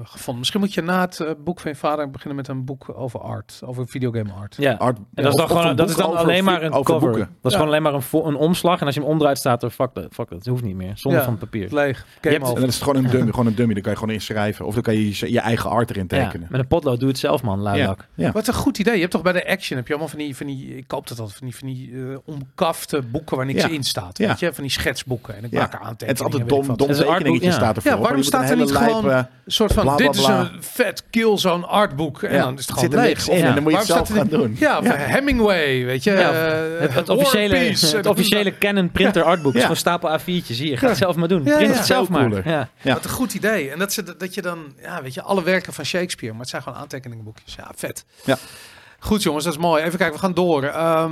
gevonden. Misschien moet je na het eh, boek van je vader beginnen met een boek over art, over videogame art.
Ja.
Art,
En dat is dan,
of- of
gewoon,
een
dat is
boek
dan
over
alleen maar
fi-
een
over
cover.
boeken.
Dat
Ja.
is gewoon alleen maar een, vo- een omslag. En als je hem omdraait, staat er, fuck dat, fuck dat. Het hoeft niet meer. Zonder
Ja.
van papier.
Leeg. Game
Je hebt-
En
over.
dan is het gewoon een dummy. Gewoon een dummy. Dan kan je gewoon inschrijven. Of dan kan je je, je eigen art erin
Ja,
tekenen.
met een potlood doe het zelf, man. huilak.
Ja.
Wat een goed idee. Je hebt toch bij de Action, heb je allemaal van die, van die ik koop dat altijd, van die, van die eh, omkafte boeken waar niks
Ja.
in staat.
Ja.
Weet je, van die schetsboeken. En dan
Ja.
maak ik
Het
aantekeningen.
is altijd
weet ik
dom,
wat.
dom
Het is een
tekeningetje
artboek, ja.
staat ervoor.
Ja, waarom
maar je moet
staat er
een
niet
hele
gewoon-
lijpe-
Een soort van,
Bla, bla,
dit is
bla.
een vet kill, zo'n artboek. En
Ja,
dan is het
zit
gewoon
er
leeg.
niks in
Of-
en dan moet je het
waarom
zelf
staat er
gaan doen.
niet- Ja, of
Ja.
Hemingway, weet je.
Ja, of
eh,
Het, het
War
officiële,
Peace.
het officiële Canon printer artbook
eh, Ja.
is gewoon stapel A4'tjes. Hier, ga het zelf maar doen.
Ja,
Print
ja.
het zelf
Veel
maar.
cooler.
Ja.
Ja.
Wat een goed idee. En dat, ze, dat je dan, ja, weet je, alle werken van Shakespeare, maar het zijn gewoon aantekeningenboekjes. Ja, vet.
Ja.
Goed jongens, dat is mooi. Even kijken, we gaan door. Ehm,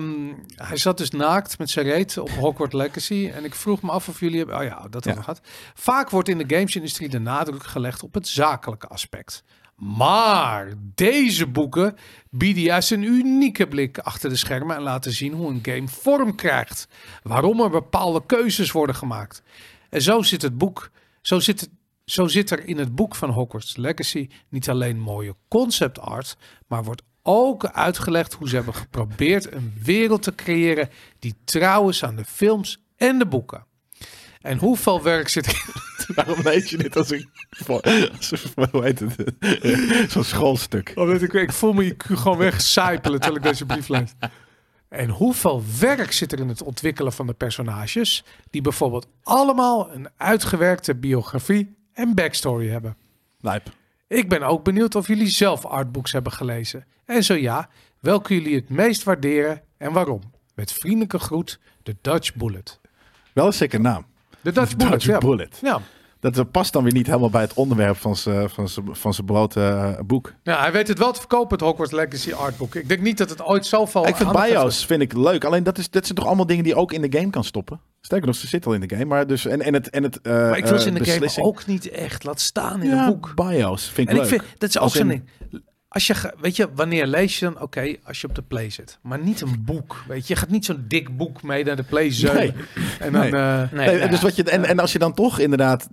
hij zat dus naakt met zijn reet op Hogwarts Legacy. En ik vroeg me af of jullie hebben... Oh ja, dat hebben we gehad. Vaak wordt in de gamesindustrie de nadruk gelegd op het zakelijke aspect. Maar deze boeken bieden juist een unieke blik achter de schermen en laten zien hoe een game vorm krijgt. Waarom er bepaalde keuzes worden gemaakt. En zo zit het boek, zo zit, zo zit er in het boek van Hogwarts Legacy niet alleen mooie concept art, maar wordt ook uitgelegd hoe ze hebben geprobeerd een wereld te creëren die trouw is aan de films en de boeken. En hoeveel werk zit er
Waarom lees je dit als een... Als een hoe heet het? Zo'n schoolstuk.
Omdat Oh, ik, ik voel me IQ gewoon wegcijpelen terwijl ik deze brief lees. En hoeveel werk zit er in het ontwikkelen van de personages, die bijvoorbeeld allemaal een uitgewerkte biografie en backstory hebben.
Lijp.
Ik ben ook benieuwd of jullie zelf artbooks hebben gelezen. En zo ja, welke jullie het meest waarderen en waarom. Met vriendelijke groet, de Dutch Bullet.
Wel een sikke naam.
De Dutch Bullet,
Dutch
ja.
Bullet.
Ja.
Dat eh, past dan weer niet helemaal bij het onderwerp van zijn van z'n- van z'n blote eh, boek.
Nou, hij weet het wel te verkopen, het Hogwarts Legacy artbook. Ik denk niet dat het ooit zoveel...
ik vind
aandacht heeft
BIOS vind ik leuk. Alleen dat, is, dat zijn toch allemaal dingen die je ook in de game kan stoppen. Sterker nog, ze zitten al in de game. Maar dus, en, en het, en het, eh,
Maar ik wil ze in
eh,
de game
beslissing-
ook niet echt. Laat staan in
ja,
een boek.
BIOS vind ik
En ik
leuk.
vind, dat is ook
Als
zo'n
in-
ding. Als je, ge- weet je, wanneer lees je dan? Oké, als je op de play zit. Maar niet een boek, weet je. Je gaat niet zo'n dik boek mee naar de play zeulen. En dan,
Nee.
eh,
Nee,
Nee,
ja.
dus wat je, en, en als je dan toch inderdaad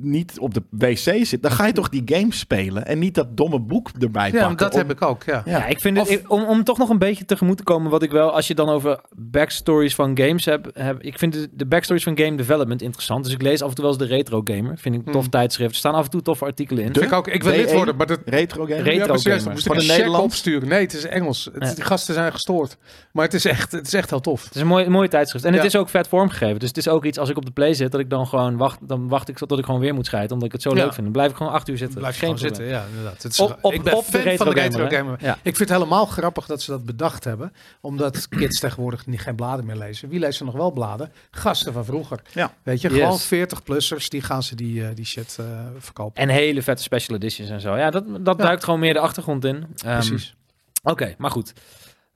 niet op de wc zit, dan ga je toch die game spelen en niet dat domme boek erbij
ja,
pakken.
dat
om-
heb ik ook, ja.
Ja.
Ja, ik vind het,
Of-
ik- om, om toch nog een beetje tegemoet te komen, wat ik wel, als je dan over backstories van games hebt, heb, ik vind de, de backstories van game development interessant. Dus ik lees af en toe wel eens de Retro Gamer. Vind ik een tof
Hmm.
tijdschrift. Er staan af en toe toffe artikelen in.
De-
Ik, ook, ik wil
B1?
lid worden, maar dat...
Retro game.
E Retro
ja, precies,
gamer.
moest ik
Van
een
de
check
Nederlands?
opsturen. Nee, het is Engels. Het-
Ja.
Die gasten zijn gestoord. Maar het is echt, het is echt heel tof.
Het is een mooie, mooie tijdschrift. En het
Ja.
is ook vet vormgegeven. Dus het is ook iets, als ik op de play zit, dat ik dan gewoon wacht, dan wacht ik tot ik gewoon weer moet scheiden, omdat ik het zo
Ja.
leuk vind. Dan blijf ik gewoon acht uur zitten.
Blijf je
Geen
gewoon
probleem.
zitten, ja, inderdaad. Het is,
Op- op-
ik ben
op de
fan van de
retrogamer,
retro
hè?
gamer.
Ja.
Ik vind het helemaal grappig dat ze dat bedacht hebben. Omdat kids tegenwoordig niet, geen bladen meer lezen. Wie leest er nog wel bladen? Gasten van vroeger.
Ja.
Weet je,
Yes.
gewoon 40-plussers, die gaan ze die, eh, die shit eh, verkopen.
En hele vette special editions en zo. Ja, dat, dat
Ja.
duikt gewoon meer de achtergrond in. Ehm,
Precies.
Oké, maar goed.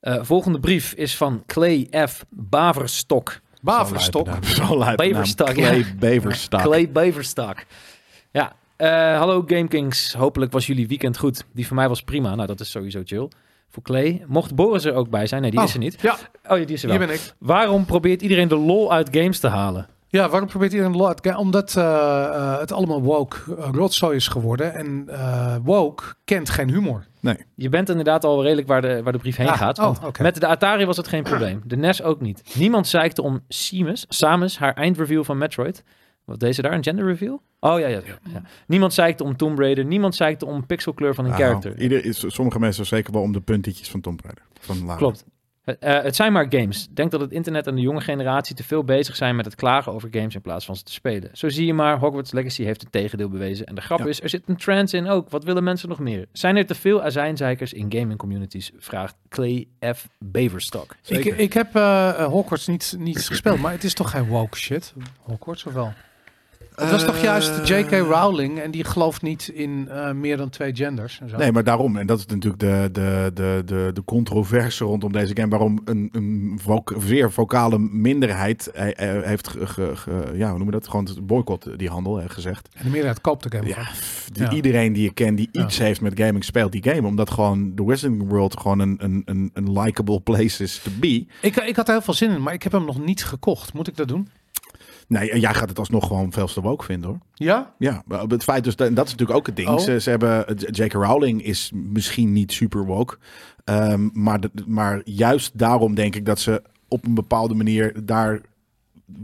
Eh, volgende brief is van Clay F. Baverstok.
Baverstok.
Zo lijp
Beverstak, ja.
Clay Beverstak.
Clay Beverstak. Ja. eh, hallo GameKings. Hopelijk was jullie weekend goed. Die van mij was prima. Nou, dat is sowieso chill. Voor Clay. Mocht Boris er ook bij zijn? Nee, die
Oh,
is er niet.
Ja,
Oh, ja, die is er wel.
hier ben ik.
Waarom probeert iedereen de lol uit games te halen?
Ja, waarom probeert iedereen lot? Ja, Omdat eh, eh, het allemaal woke eh, rotzooi is geworden. En eh, woke kent geen humor.
Je bent inderdaad al redelijk waar de, waar de brief heen
Ah,
gaat.
oh,
want
oké.
Met de Atari was het geen probleem. De NES ook niet. Niemand zeikte om Samus, Samus haar eindreview van Metroid. Wat deze daar? Een gender reveal? Oh ja, ja, ja. ja. Niemand zeikte om Tomb Raider. Niemand zeikte om pixelkleur van een
Nou,
character.
ieder, is- sommige mensen zeker wel om de puntetjes van Tom Raider. Van Lara.
Klopt. Het, eh, het zijn maar games. Ik Denk dat het internet en de jonge generatie te veel bezig zijn met het klagen over games in plaats van ze te spelen. Zo zie je maar, Hogwarts Legacy heeft het tegendeel bewezen. En de grap
Ja.
is, er zit een trend in ook. Wat willen mensen nog meer? Zijn er te veel azijnzeikers in gaming communities? Vraagt Clay F. Beverstok.
Ik,
Zeker.
ik heb eh, eh, Hogwarts niet, niet gespeeld, maar het is toch geen woke shit? Hogwarts of wel? Het was toch juist J.K. Rowling en die gelooft niet in eh, meer dan twee genders. En zo.
Nee, maar daarom. En dat is natuurlijk de, de, de, de, de controverse rondom deze game. Waarom een, een voc- zeer vocale minderheid eh, eh, heeft ge, ge- ge- ja, hoe noemen we dat? Gewoon het boycott eh, die handel eh, gezegd.
En de meerderheid koopt de game.
Ja,
gewoon.
pff, die-
Ja.
iedereen die je kent die
Ja.
iets heeft met gaming speelt die game. Omdat gewoon de Western World gewoon een, een, een, een likable place is to be.
Ik, ik had er heel veel zin in, maar ik heb hem nog niet gekocht. Moet ik dat doen?
Nee, jij gaat het alsnog gewoon veel te woke vinden hoor.
Ja?
Ja, maar het feit dus, en dat is natuurlijk ook het ding.
Oh.
Ze, ze hebben, J.K. Rowling is misschien niet super woke. ehm, maar, de- maar juist daarom denk ik dat ze op een bepaalde manier daar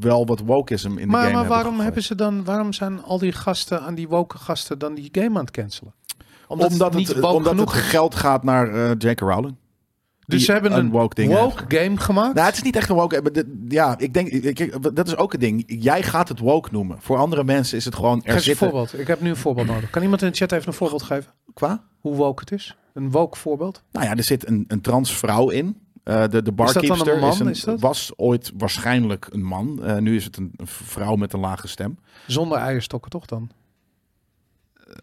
wel wat wokeism in de game
Maar, maar
hebben
waarom,
gegooid.
hebben ze dan, waarom zijn al die gasten aan die woke gasten dan die game aan het cancelen? Omdat, het niet
het,
woke
omdat het
genoeg is.
geld gaat naar eh, J.K. Rowling.
Dus ze hebben een
woke ding. heeft.
woke game gemaakt.
Nou, het is niet echt een woke. maar dit- Ja, ik denk, ik- ik- dat is ook een ding. Jij gaat het woke noemen. Voor andere mensen is het gewoon er
Geef eens een
zitten.
voorbeeld. Ik heb nu een voorbeeld nodig. Kan iemand in de chat even een voorbeeld geven?
Qua?
Hoe woke het is? Een woke voorbeeld?
Nou ja, er zit een, een transvrouw in. Eh, de, de
dan
barkeepster
een man,
is een-
is dat?
was ooit waarschijnlijk een man. Eh, nu is het een, een vrouw met een lage stem.
Zonder eierstokken toch dan?
Eh,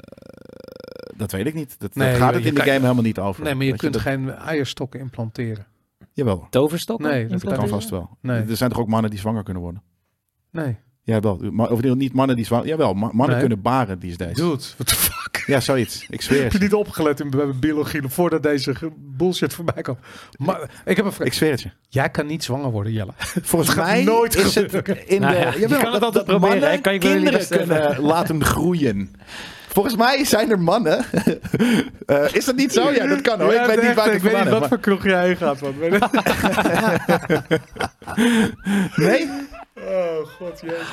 Dat weet ik niet. Dat,
Nee,
dat gaat
je-
het
je
in de
kan-
game helemaal niet over.
Nee, maar je
Dat
kunt
dat-
geen eierstokken implanteren.
Jawel,
Toverstok?
Nee, dat
dat kan vast wel.
Nee.
Er zijn toch ook mannen die zwanger kunnen worden?
Nee.
Jawel, maar, of niet mannen die zwanger... Jawel, ma- mannen
Nee.
kunnen baren these days.
Dude, what the fuck?
Ja, zoiets. Ik zweer
Heb
het
je
je.
niet opgelet in bij biologie voordat deze ge- bullshit voorbij kwam? Maar ik heb een vraag.
Ik zweer het je.
Jij kan niet zwanger worden, Jelle.
Volgens
gaat
mij
nooit
is het in
Nou
de...
ja, je
Jawel,
kan het
dat- dat
altijd proberen,
mannen
hè. Kan je wel
kinderen
jullie best
kunnen laten groeien. Volgens mij zijn er mannen... Eh, is dat niet zo? Ja, dat kan hoor. ik weet niet waar ik het vandaan heb, maar-
voor kroeg jij heen gaat. Man.
Nee?
oh, god, jezus.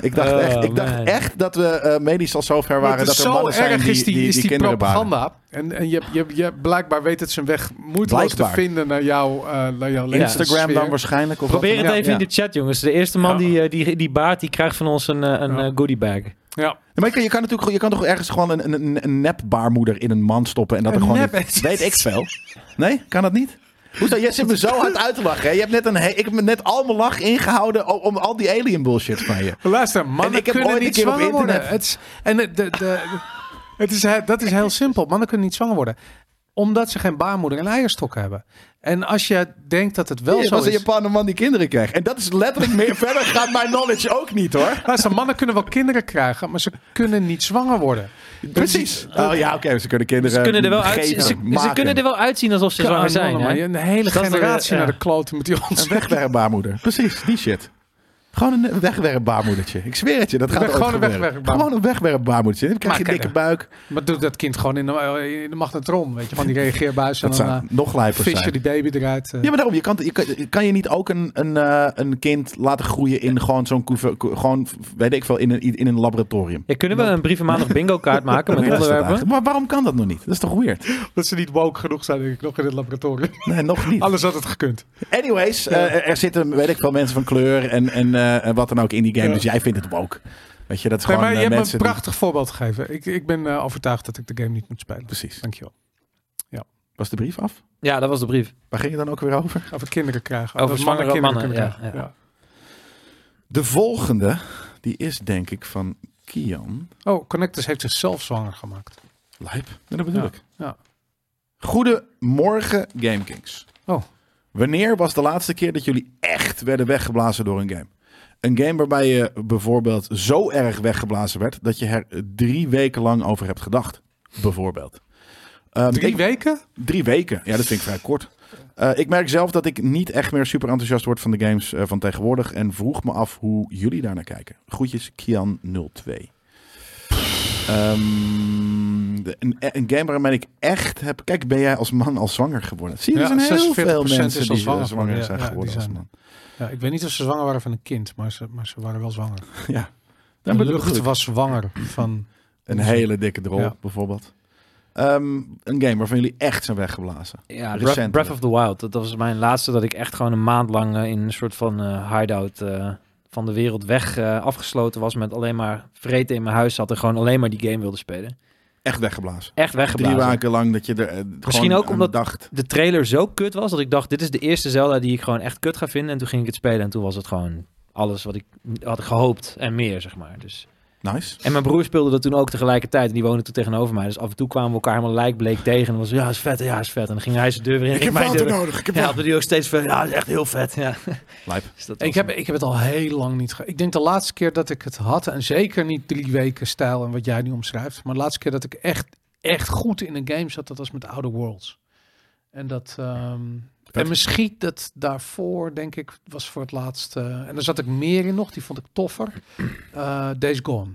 Ik dacht,
Oh,
echt, ik dacht
man.
echt dat we eh, medisch al zover waren dat er
zo
mannen zijn
erg
die,
is die,
die,
is
die
die,
kinderen baren.
propaganda. En, en je, je, je, blijkbaar weet het zijn weg moeiteloos te
Blijkbaar.
vinden naar, jou, eh naar jouw
Instagram dan
levenssfeer.
waarschijnlijk. Of
Probeer
wat
het
dan ook.
even
Ja.
in de chat, jongens. De eerste man
Ja.
die, eh, die, die baart, die krijgt van ons een, eh, een
Ja.
eh, goodie bag.
Ja.
Maar je kan, je kan natuurlijk je kan toch ergens gewoon een, een, een nepbaarmoeder in een man stoppen en dat er
Een
gewoon
nep-
weet ik veel. Nee, kan dat niet? Hoezo? Jij zit me zo hard uit te lachen. Hè? Je hebt net een he- ik heb me net al mijn lach ingehouden om, om al die alien bullshit van je.
Luister, mannen
En ik heb
kunnen
ooit een
niet
keer op
zwanger worden.
internet-
Het is, en de, de, de- het is, he- dat is heel simpel. Mannen kunnen niet zwanger worden. Omdat ze geen baarmoeder en eierstokken hebben. En als je denkt dat het wel
Je
zo
was een
is...
Japaner man die kinderen kreeg. En dat is letterlijk meer verder gaat mijn knowledge ook niet hoor.
Luister, mannen kunnen wel kinderen krijgen, maar ze kunnen niet zwanger worden.
Precies. Oh ja, oké, ze kunnen kinderen
Ze kunnen, er wel
geven,
uitzien, ze, ze
maken.
kunnen er wel uitzien alsof ze zwanger zijn.
maar
Hè?
een hele
Dat is er,
generatie
ja.
naar de kloten met die ons.
Een wegwerpbaarmoeder. Precies, die shit. Gewoon een wegwerpbaarmoedertje. Ik zweer het je, dat gaat
Weg-
ooit
gewoon een
gebeuren.
wegwerpbaar-
Gewoon een wegwerpbaarmoedertje. Dan krijg je
Maar
een
kijk,
dikke buik.
Maar doe dat kind gewoon in de, eh, in de magnetron, weet je. Van die reageerbuis en
Dat
dan
zou
eh,
nog lijper
vis je
zijn.
die baby eruit. eh.
Ja, maar daarom, je kan, je kan, kan je niet ook een, een, eh, een kind laten groeien in gewoon zo'n couve- cou- gewoon, weet ik veel, in een, in een laboratorium.
Je kunnen we een brieven maandag bingo kaart maken
Hoe
met
raar is dat
onderwerpen?
eigenlijk? Maar waarom kan dat nog niet? Dat is toch weird?
Dat ze niet woke genoeg zijn, denk ik, nog in het laboratorium.
Nee, nog niet.
Alles had het gekund.
Anyways, eh, er- er zitten, weet ik veel, mensen van kleur en, en eh, en wat dan ook in die game.
Ja.
Dus jij vindt het woke. Weet je, dat is
Nee,
gewoon
maar je
eh,
hebt me
mensen
een
die-
prachtig voorbeeld gegeven. Ik, ik ben eh, overtuigd dat ik de game niet moet spelen.
Precies.
Dankjewel.
Was de brief af?
Ja, dat was de brief.
Waar ging het dan ook weer over?
Over kinderen krijgen.
Over
Dat mannen
zwangere
kinderen
mannen,
kunnen
ja,
krijgen.
De volgende, die is denk ik van Kian.
Ja. Oh, Connectus heeft zichzelf zwanger gemaakt.
Lijp. dat bedoel
Ja.
ik.
Ja.
Goedemorgen, GameKings.
Oh.
Wanneer was de laatste keer dat jullie echt werden weggeblazen door een game? Een game waarbij je bijvoorbeeld zo erg weggeblazen werd dat je er drie weken lang over hebt gedacht. Bijvoorbeeld. Ehm,
Drie
ik-
weken?
Drie weken. Ja, dat vind ik vrij kort. Eh, ik merk zelf dat ik niet echt meer super enthousiast word van de games eh, van tegenwoordig. En vroeg me af hoe jullie daarnaar kijken. Groetjes, Kian02. Ehm, de- een, een game waarmee ik echt heb... Kijk, ben jij als man al zwanger geworden? Zie je, er
Ja,
zijn heel
46%
veel
is al
mensen die
zwanger
zwanger, zwanger
geworden.
zijn
Ja, ja,
geworden
die
als
zijn-
man.
Ja, ik weet niet of ze zwanger waren van een kind, maar ze, maar ze waren wel zwanger.
Ja.
De
maar dat
lucht
bedoel ik.
was zwanger van...
Een hele dikke drol,
Ja.
bijvoorbeeld. Ehm, een game waarvan jullie echt zijn weggeblazen.
Ja,
Recentelijk.
Breath, Breath of the Wild. Dat was mijn laatste dat ik echt gewoon een maand lang eh, in een soort van eh, hideout eh, van de wereld weg eh, afgesloten was. Met alleen maar vreten in mijn huis zat en gewoon alleen maar die game wilde spelen.
Echt weggeblazen.
Echt
Drie
weggeblazen.
weken lang dat je er eh, gewoon
ook
aan
omdat-
dacht.
De trailer zo kut was dat ik dacht, dit is de eerste Zelda die ik gewoon echt kut ga vinden. En toen ging ik het spelen en toen was het gewoon alles wat ik had gehoopt en meer, zeg maar. Dus...
Nice.
En mijn broer speelde dat toen ook tegelijkertijd. En die woonde toen tegenover mij. Dus af en toe kwamen we elkaar helemaal lijkbleek tegen. En was ja, is vet, ja, is vet. En dan ging hij zijn deur weer in. ging mijn deur-
nodig. Ik heb
Ja, dat die ook steeds vet. Ja, is echt heel vet. Ja.
Lijp.
Dus dat
Ik
was-
heb, ik heb het al heel lang niet ge- Ik denk de laatste keer dat ik het had, en zeker niet drie weken stijl en wat jij nu omschrijft, maar de laatste keer dat ik echt, echt goed in een game zat, dat was met Outer Worlds. En dat. ehm, en misschien dat daarvoor, denk ik, was voor het laatst. eh, en daar zat ik meer in nog, die vond ik toffer. Eh Days Gone.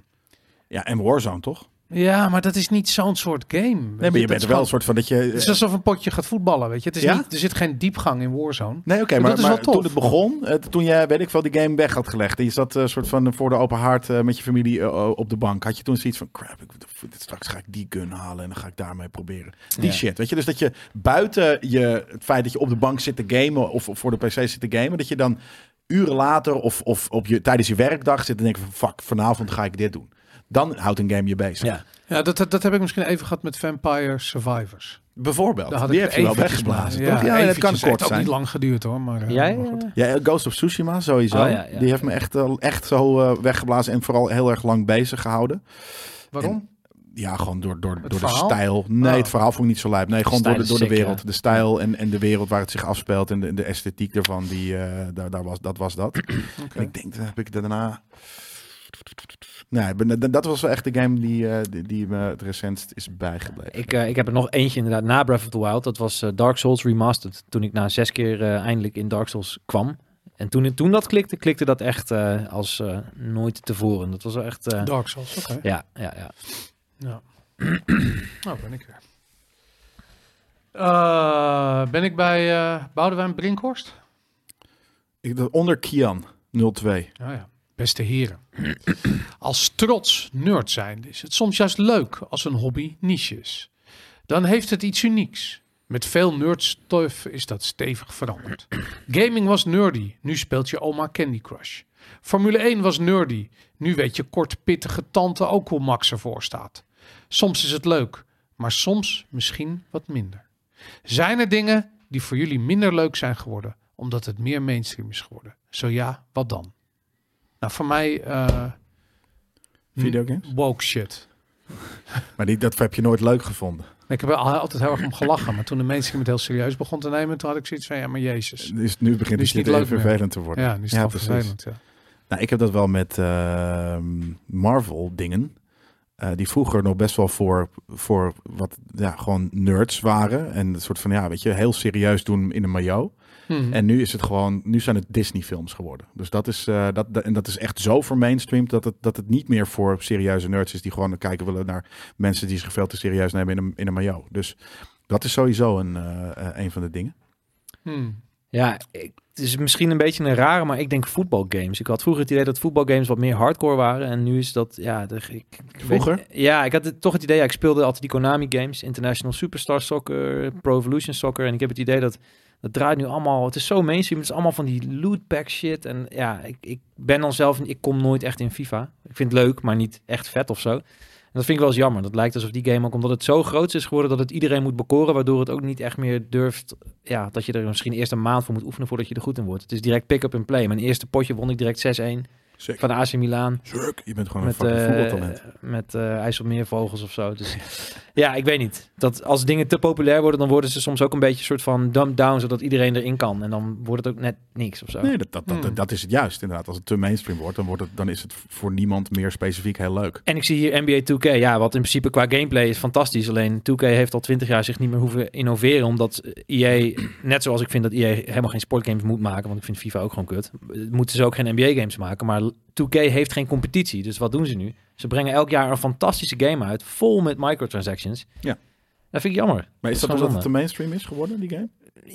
Ja, en Warzone toch?
Ja, maar dat is niet zo'n soort game. weet
Nee, maar je
Dat
bent
is
wel
gewoon-
een soort van dat je...
Het is alsof een potje gaat voetballen, weet je. Het is
Ja?
niet, er zit geen diepgang in Warzone.
Nee, oké,
Maar
maar,
dat is
maar
wel tof.
toen het begon, eh, toen jij, weet ik wel, die game weg had gelegd... en je zat een soort van voor de open haard eh, met je familie eh, op de bank... had je toen zoiets van, crap, ik, straks ga ik die gun halen... en dan ga ik daarmee proberen. Die
Ja.
shit, weet je? Dus dat je buiten je, het feit dat je op de bank zit te gamen... of, of voor de pc zit te gamen, dat je dan uren later... of, of op je, tijdens je werkdag zit en denkt van, fuck, vanavond ga ik dit doen. Dan houdt een game je bezig.
Ja.
Ja, dat, dat, dat heb ik misschien even gehad met Vampire Survivors.
Bijvoorbeeld,
Daar had
die
ik
heb je wel
eventjes
weggeblazen,
naar-
toch? Ja, dat
eventjes.
kan
Het
kort
heeft ook
zijn.
niet lang geduurd hoor, maar... eh,
Jij?
maar goed.
eh,
Ja, Ghost of Tsushima sowieso.
Oh, ja, ja.
Die heeft me echt, eh, echt zo eh, weggeblazen en vooral heel erg lang bezig gehouden.
Waarom?
Ja, gewoon door, door, door de
verhaal?
stijl. Nee,
Oh.
het verhaal vond ik niet zo lijp. Nee, gewoon
Stijl
door de,
is
door de
sick,
wereld. De stijl en, en de wereld waar het zich afspeelt en de, de esthetiek ervan, die, eh, daar, daar was, dat was dat.
Oké.
En ik denk, dat heb ik daarna... Nee, ik ben- dat- dat was wel echt de game die, eh, die, die me het recentst is bijgebleven.
Ik, eh, ik heb er nog eentje inderdaad na Breath of the Wild. Dat was eh, Dark Souls Remastered. Toen ik na zes keer eh, eindelijk in Dark Souls kwam. En toen, toen dat klikte, klikte dat echt eh, als eh, nooit tevoren. Dat was wel echt... eh,
Dark Souls, oké.
ja, ja, ja.
Ja. nou, ben ik weer. Eh, ben ik bij eh Boudewijn Brinkhorst?
Ik, onder Kian 02.
Nou ja, beste heren. Als trots nerd zijnde is het soms juist leuk als een hobby niche is. Dan heeft het iets unieks. Met veel nerdstuff is dat stevig veranderd. Gaming was nerdy, nu speelt je oma Candy Crush. Formule 1 was nerdy, nu weet je kort pittige tante ook hoe Max ervoor staat. Soms is het leuk, maar soms misschien wat minder. Zijn er dingen die voor jullie minder leuk zijn geworden, omdat het meer mainstream is geworden? Zo ja, wat dan? Nou, voor mij eh Hm.
Videogame?
woke shit.
Maar die, dat heb je nooit leuk gevonden.
Ik heb er al- altijd heel erg om gelachen, maar toen de mainstream het heel serieus begon te nemen, toen had ik zoiets van, ja, maar jezus.
Dus nu begint
Nu
het
is het
shit
niet
heel
leuk meer.
vervelend te worden.
Ja, nu is
Ja,
het al
precies.
vervelend. Ja.
Nou, ik heb dat wel met ehm, Marvel dingen. eh, die vroeger nog best wel voor, voor wat ja, gewoon nerds waren. En het soort van ja, weet je, heel serieus doen in een maillot.
Hm.
En nu is het gewoon, nu zijn het Disney films geworden. Dus dat is, eh, dat, dat- en dat is echt zo vermainstreamd dat het, dat het niet meer voor serieuze nerds is die gewoon kijken willen naar mensen die zich veel te serieus nemen in een, in een maillot. Dus dat is sowieso een, eh, eh, een van de dingen.
Hm.
Ja, ik- het is misschien een beetje een rare, maar ik denk voetbalgames. Ik had vroeger het idee dat voetbalgames wat meer hardcore waren. En nu is dat, ja... de- ik, ik weet-
Vroeger?
ja, ik had het, toch het idee, ja, ik speelde altijd die Konami-games. International Superstar Soccer, Pro Evolution Soccer. En ik heb het idee dat dat draait nu allemaal... Het is zo mainstream, het is allemaal van die lootpack shit. En ja, ik, ik ben dan zelf... Ik kom nooit echt in FIFA. Ik vind het leuk, maar niet echt vet of zo. En dat vind ik wel eens jammer. Dat lijkt alsof die game ook, omdat het zo groot is geworden... dat het iedereen moet bekoren, waardoor het ook niet echt meer durft ja, dat je er misschien eerst een maand voor moet oefenen voordat je er goed in wordt. Het is direct pick-up en play. Mijn eerste potje won ik direct 6-1
Zeker.
van AC Milan.
Je bent gewoon
Met,
een fucking
eh
voetbaltalent.
met eh IJsselmeervogels of zo. Dus, ja, ik weet niet. Dat als dingen te populair worden, dan worden ze soms ook een beetje een soort van dumbed down, zodat iedereen erin kan. En dan wordt het ook net niks of zo.
Nee, dat, dat, dat,
Hmm.
dat is het juist inderdaad. Als het te mainstream wordt, dan, wordt het, dan is het voor niemand meer specifiek heel leuk.
En ik zie hier NBA 2K, ja, wat in principe qua gameplay is fantastisch. Alleen 2K heeft al 20 jaar zich niet meer hoeven innoveren, omdat EA, net zoals ik vind dat EA helemaal geen sportgames moet maken, want ik vind FIFA ook gewoon kut, moeten ze ook geen NBA games maken. Maar 2K heeft geen competitie, dus wat doen ze nu? Ze brengen elk jaar een fantastische game uit, vol met microtransactions.
Ja.
Dat vind ik jammer.
Maar is
Dat
dat
is gewoon
omdat het
zonde.
te mainstream is geworden, die game?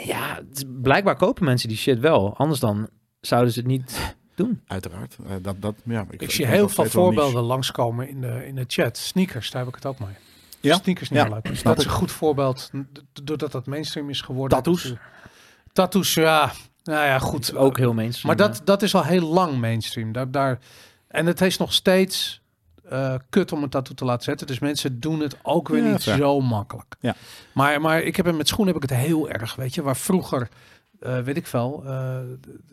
Ja, het is- blijkbaar kopen mensen die shit wel, anders dan zouden ze het niet doen.
Uiteraard. Eh, dat, dat, ja,
Ik zie
vind
heel
dat
veel
steeds wel niche.
voorbeelden langskomen in de, in de chat. Sneakers, daar heb ik het ook mee.
Ja?
Sneakers niet
Ja,
meer leuk. Dus
snap
dat is
ik.
een goed voorbeeld. d- Doordat dat mainstream is geworden.
Tattoos?
Tattoos, ja. Nou ja, goed.
Het is ook heel mainstream. eh,
Maar
Mhm.
dat, dat is al heel lang mainstream. Daar, daar, en het is nog steeds eh, kut om een tattoo te laten zetten. Dus mensen doen het ook weer
Ja,
niet
fair.
zo makkelijk.
Ja.
Maar, maar ik heb het met schoenen heb ik het heel erg. Weet je, waar vroeger, eh, weet ik veel, eh,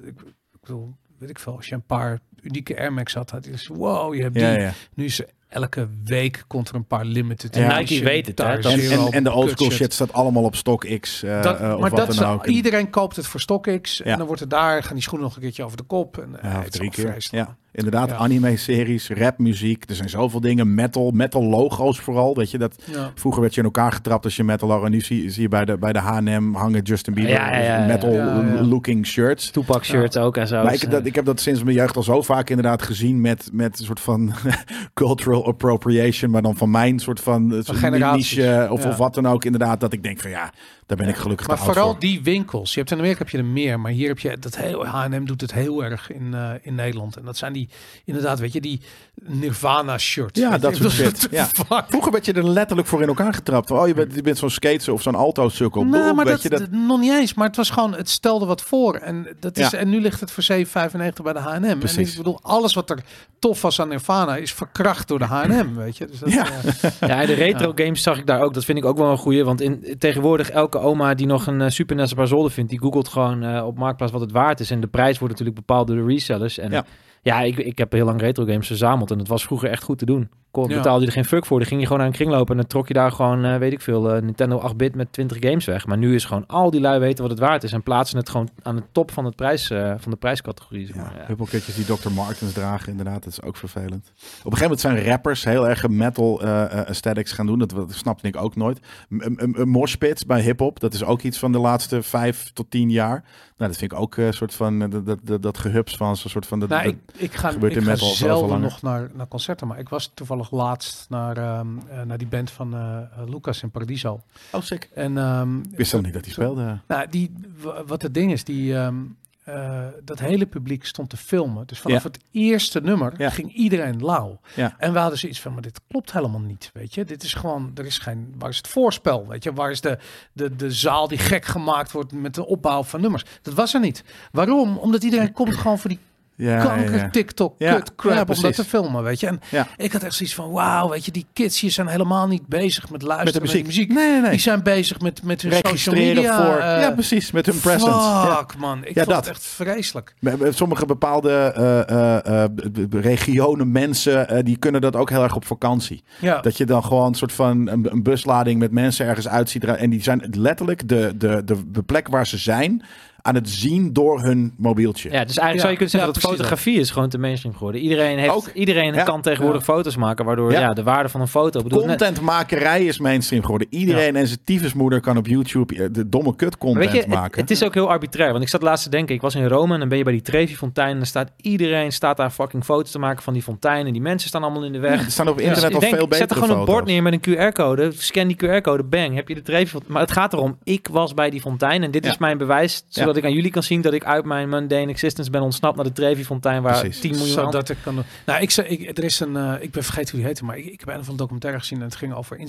ik, ik bedoel, weet ik veel, als je een paar unieke Air Max had, had je dus, wow, je hebt
Ja,
die.
ja.
Nu is er elke week komt er een paar limited.
En
edition
Nike weet het, hè,
Tars
dat-
En,
Zero,
en, en de old
kut
school shit staat allemaal op StockX X eh,
dat,
of
maar
wat
dat is,
dan ook. En-
iedereen koopt het voor StockX
Ja.
en dan wordt het daar, gaan die schoenen nog een keertje over de kop. En, eh,
Ja, of
het is
drie
allemaal
keer.
vreselijk.
Ja, inderdaad.
Ja.
Anime-series, rapmuziek. Er zijn zoveel dingen. Metal, metal-logo's vooral. Weet je, dat,
Ja.
vroeger werd je in elkaar getrapt als je metal had. En nu zie, zie je bij de, bij de H&M hangen Justin Bieber
Ja, ja, ja, ja.
metal-looking
Ja, ja.
shirts.
Toepak shirts ook en zo. Dus, eh,
Maar ik, dat, ik heb dat sinds mijn jeugd al zo vaak inderdaad gezien met, met een soort van cultural appropriation, maar dan van mijn soort van eh, soort
generaties.
niche of,
Ja.
of wat dan ook inderdaad, dat ik denk van ja, daar ben ik gelukkig
Maar
te oud
vooral
voor.
die winkels. Je hebt in Amerika heb je er meer, maar hier heb je dat heel H&M doet het heel erg in, eh, in Nederland. En dat zijn die inderdaad, weet je, die Nirvana shirts.
Ja,
Weet je,
dat
ik
soort
bedoel,
shit.
what the
Ja.
fuck?
Vroeger werd je er letterlijk voor in elkaar getrapt. Van, Oh, je bent, je bent zo'n skater of zo'n alto-sukkel.
Nou,
Boom,
maar
weet
dat,
je, dat,
dat- nog niet eens. Maar het was gewoon, het stelde wat voor. En, dat is,
Ja.
en nu ligt het voor 7,95 bij de H&M. En
Precies.
ik bedoel, alles wat er tof was aan Nirvana is verkracht door de H&M, weet je. Dus dat,
Ja.
eh,
Ja, de retro games zag ik daar ook. Dat vind ik ook wel een goeie. Want in, tegenwoordig elke oma die nog een eh, Super NES op haar zolder vindt... die googelt gewoon eh, op Marktplaats wat het waard is. En de prijs wordt natuurlijk bepaald door de resellers. En
Ja.
ja, ik, ik heb heel lang retro games verzameld. En dat was vroeger echt goed te doen. Kon,
Ja.
Betaalde je er geen fuck voor. Dan ging je gewoon aan een kringloop en dan trok je daar gewoon, eh, weet ik veel... eh, Nintendo 8-bit met 20 games weg. Maar nu is gewoon al die lui weten wat het waard is... en plaatsen het gewoon aan de top van, het prijs, eh, van de prijscategorie. Zeg maar.
Ja,
Ja.
huppelkutjes die Dr. Martens dragen, inderdaad. Dat is ook vervelend. Op een gegeven moment zijn rappers heel erg metal eh, eh, aesthetics gaan doen. Dat, dat snapte ik ook nooit. M- Een een- een moshpit bij hip-hop, dat is ook iets van de laatste vijf tot tien jaar. Nou, dat vind ik ook een soort van eh, dat, dat, dat, dat gehups van zo'n soort van. Dat,
Nou,
dat-
ik, ik ga,
gebeurt
ik
in
ga
metal al zoveel
zelden
langer.
nog naar, naar concerten, maar ik was toevallig laatst naar, ehm, eh, naar die band van eh, eh, Lucas in Paradiso.
Oh, sick.
En ehm,
Ik wist zelf niet dat hij speelde.
nou, die, wa- wat het ding is, die, ehm, eh, dat hele publiek stond te filmen. Dus vanaf het eerste nummer
Ja.
ging iedereen lauw.
Ja.
En we hadden zoiets van, maar dit klopt helemaal niet, weet je. Dit is gewoon, er is geen, waar is het voorspel, weet je. Waar is de, de, de zaal die gek gemaakt wordt met de opbouw van nummers. Dat was er niet. Waarom? Omdat iedereen komt gewoon voor die
Ja,
kanker,
ja, ja.
TikTok,
Ja,
kut, crap,
ja,
om dat
precies.
te filmen, weet je. En
Ja.
ik had echt zoiets van, wauw, weet je, die kids hier zijn helemaal niet bezig met
Met de
luisteren
muziek.
naar die
Nee, nee, nee.
Die zijn bezig met, met hun social
Registreren
media.
voor.
eh,
ja, precies. Met hun presence. Ja.
Fuck, man. Ik
Ja,
vond
dat.
het echt vreselijk.
Maar, maar Sommige bepaalde eh, eh, eh, b- b- regionen, mensen, eh, die kunnen dat ook heel erg op vakantie.
Ja.
Dat je dan gewoon een soort van een, een buslading met mensen ergens uitziet. En die zijn letterlijk de, de, de, de plek waar ze zijn aan het zien door hun mobieltje.
Ja, dus eigenlijk
Ja.
zou je kunnen zeggen
Ja,
dat
precies
fotografie is gewoon te mainstream geworden. Iedereen, heeft,
Ook.
iedereen
Ja.
kan tegenwoordig foto's maken, waardoor
Ja.
ja. de waarde van een foto... ik Bedoel, net-
Contentmakerij is mainstream geworden. Iedereen en zijn tyfusmoeder kan op YouTube eh, de domme kut
Maar
content
Weet je, het,
maken.
het is ook heel arbitrair. Want ik zat laatst te denken, ik was in Rome en dan ben je bij die Trevi fontein en dan staat iedereen staat daar fucking foto's te maken van die fontein en die mensen staan allemaal in de weg.
er staan op
Dus
internet
ik
al
denk,
veel betere
Zet er gewoon
foto's.
een bord neer met een QR-code, scan die QR-code, bang, heb je de Trevi fontein. Maar het gaat erom, ik was bij die fontein en dit
Ja.
is mijn bewijs, zodat ik aan jullie kan zien dat ik uit mijn mundane existence ben ontsnapt naar de Trevi fontein waar
Precies.
10 miljoen
Zodat ik kan. Nou, ik, zei- ik, er is een. eh, ik ben vergeten hoe die heette, maar ik, ik heb een van de documentaire gezien en het ging over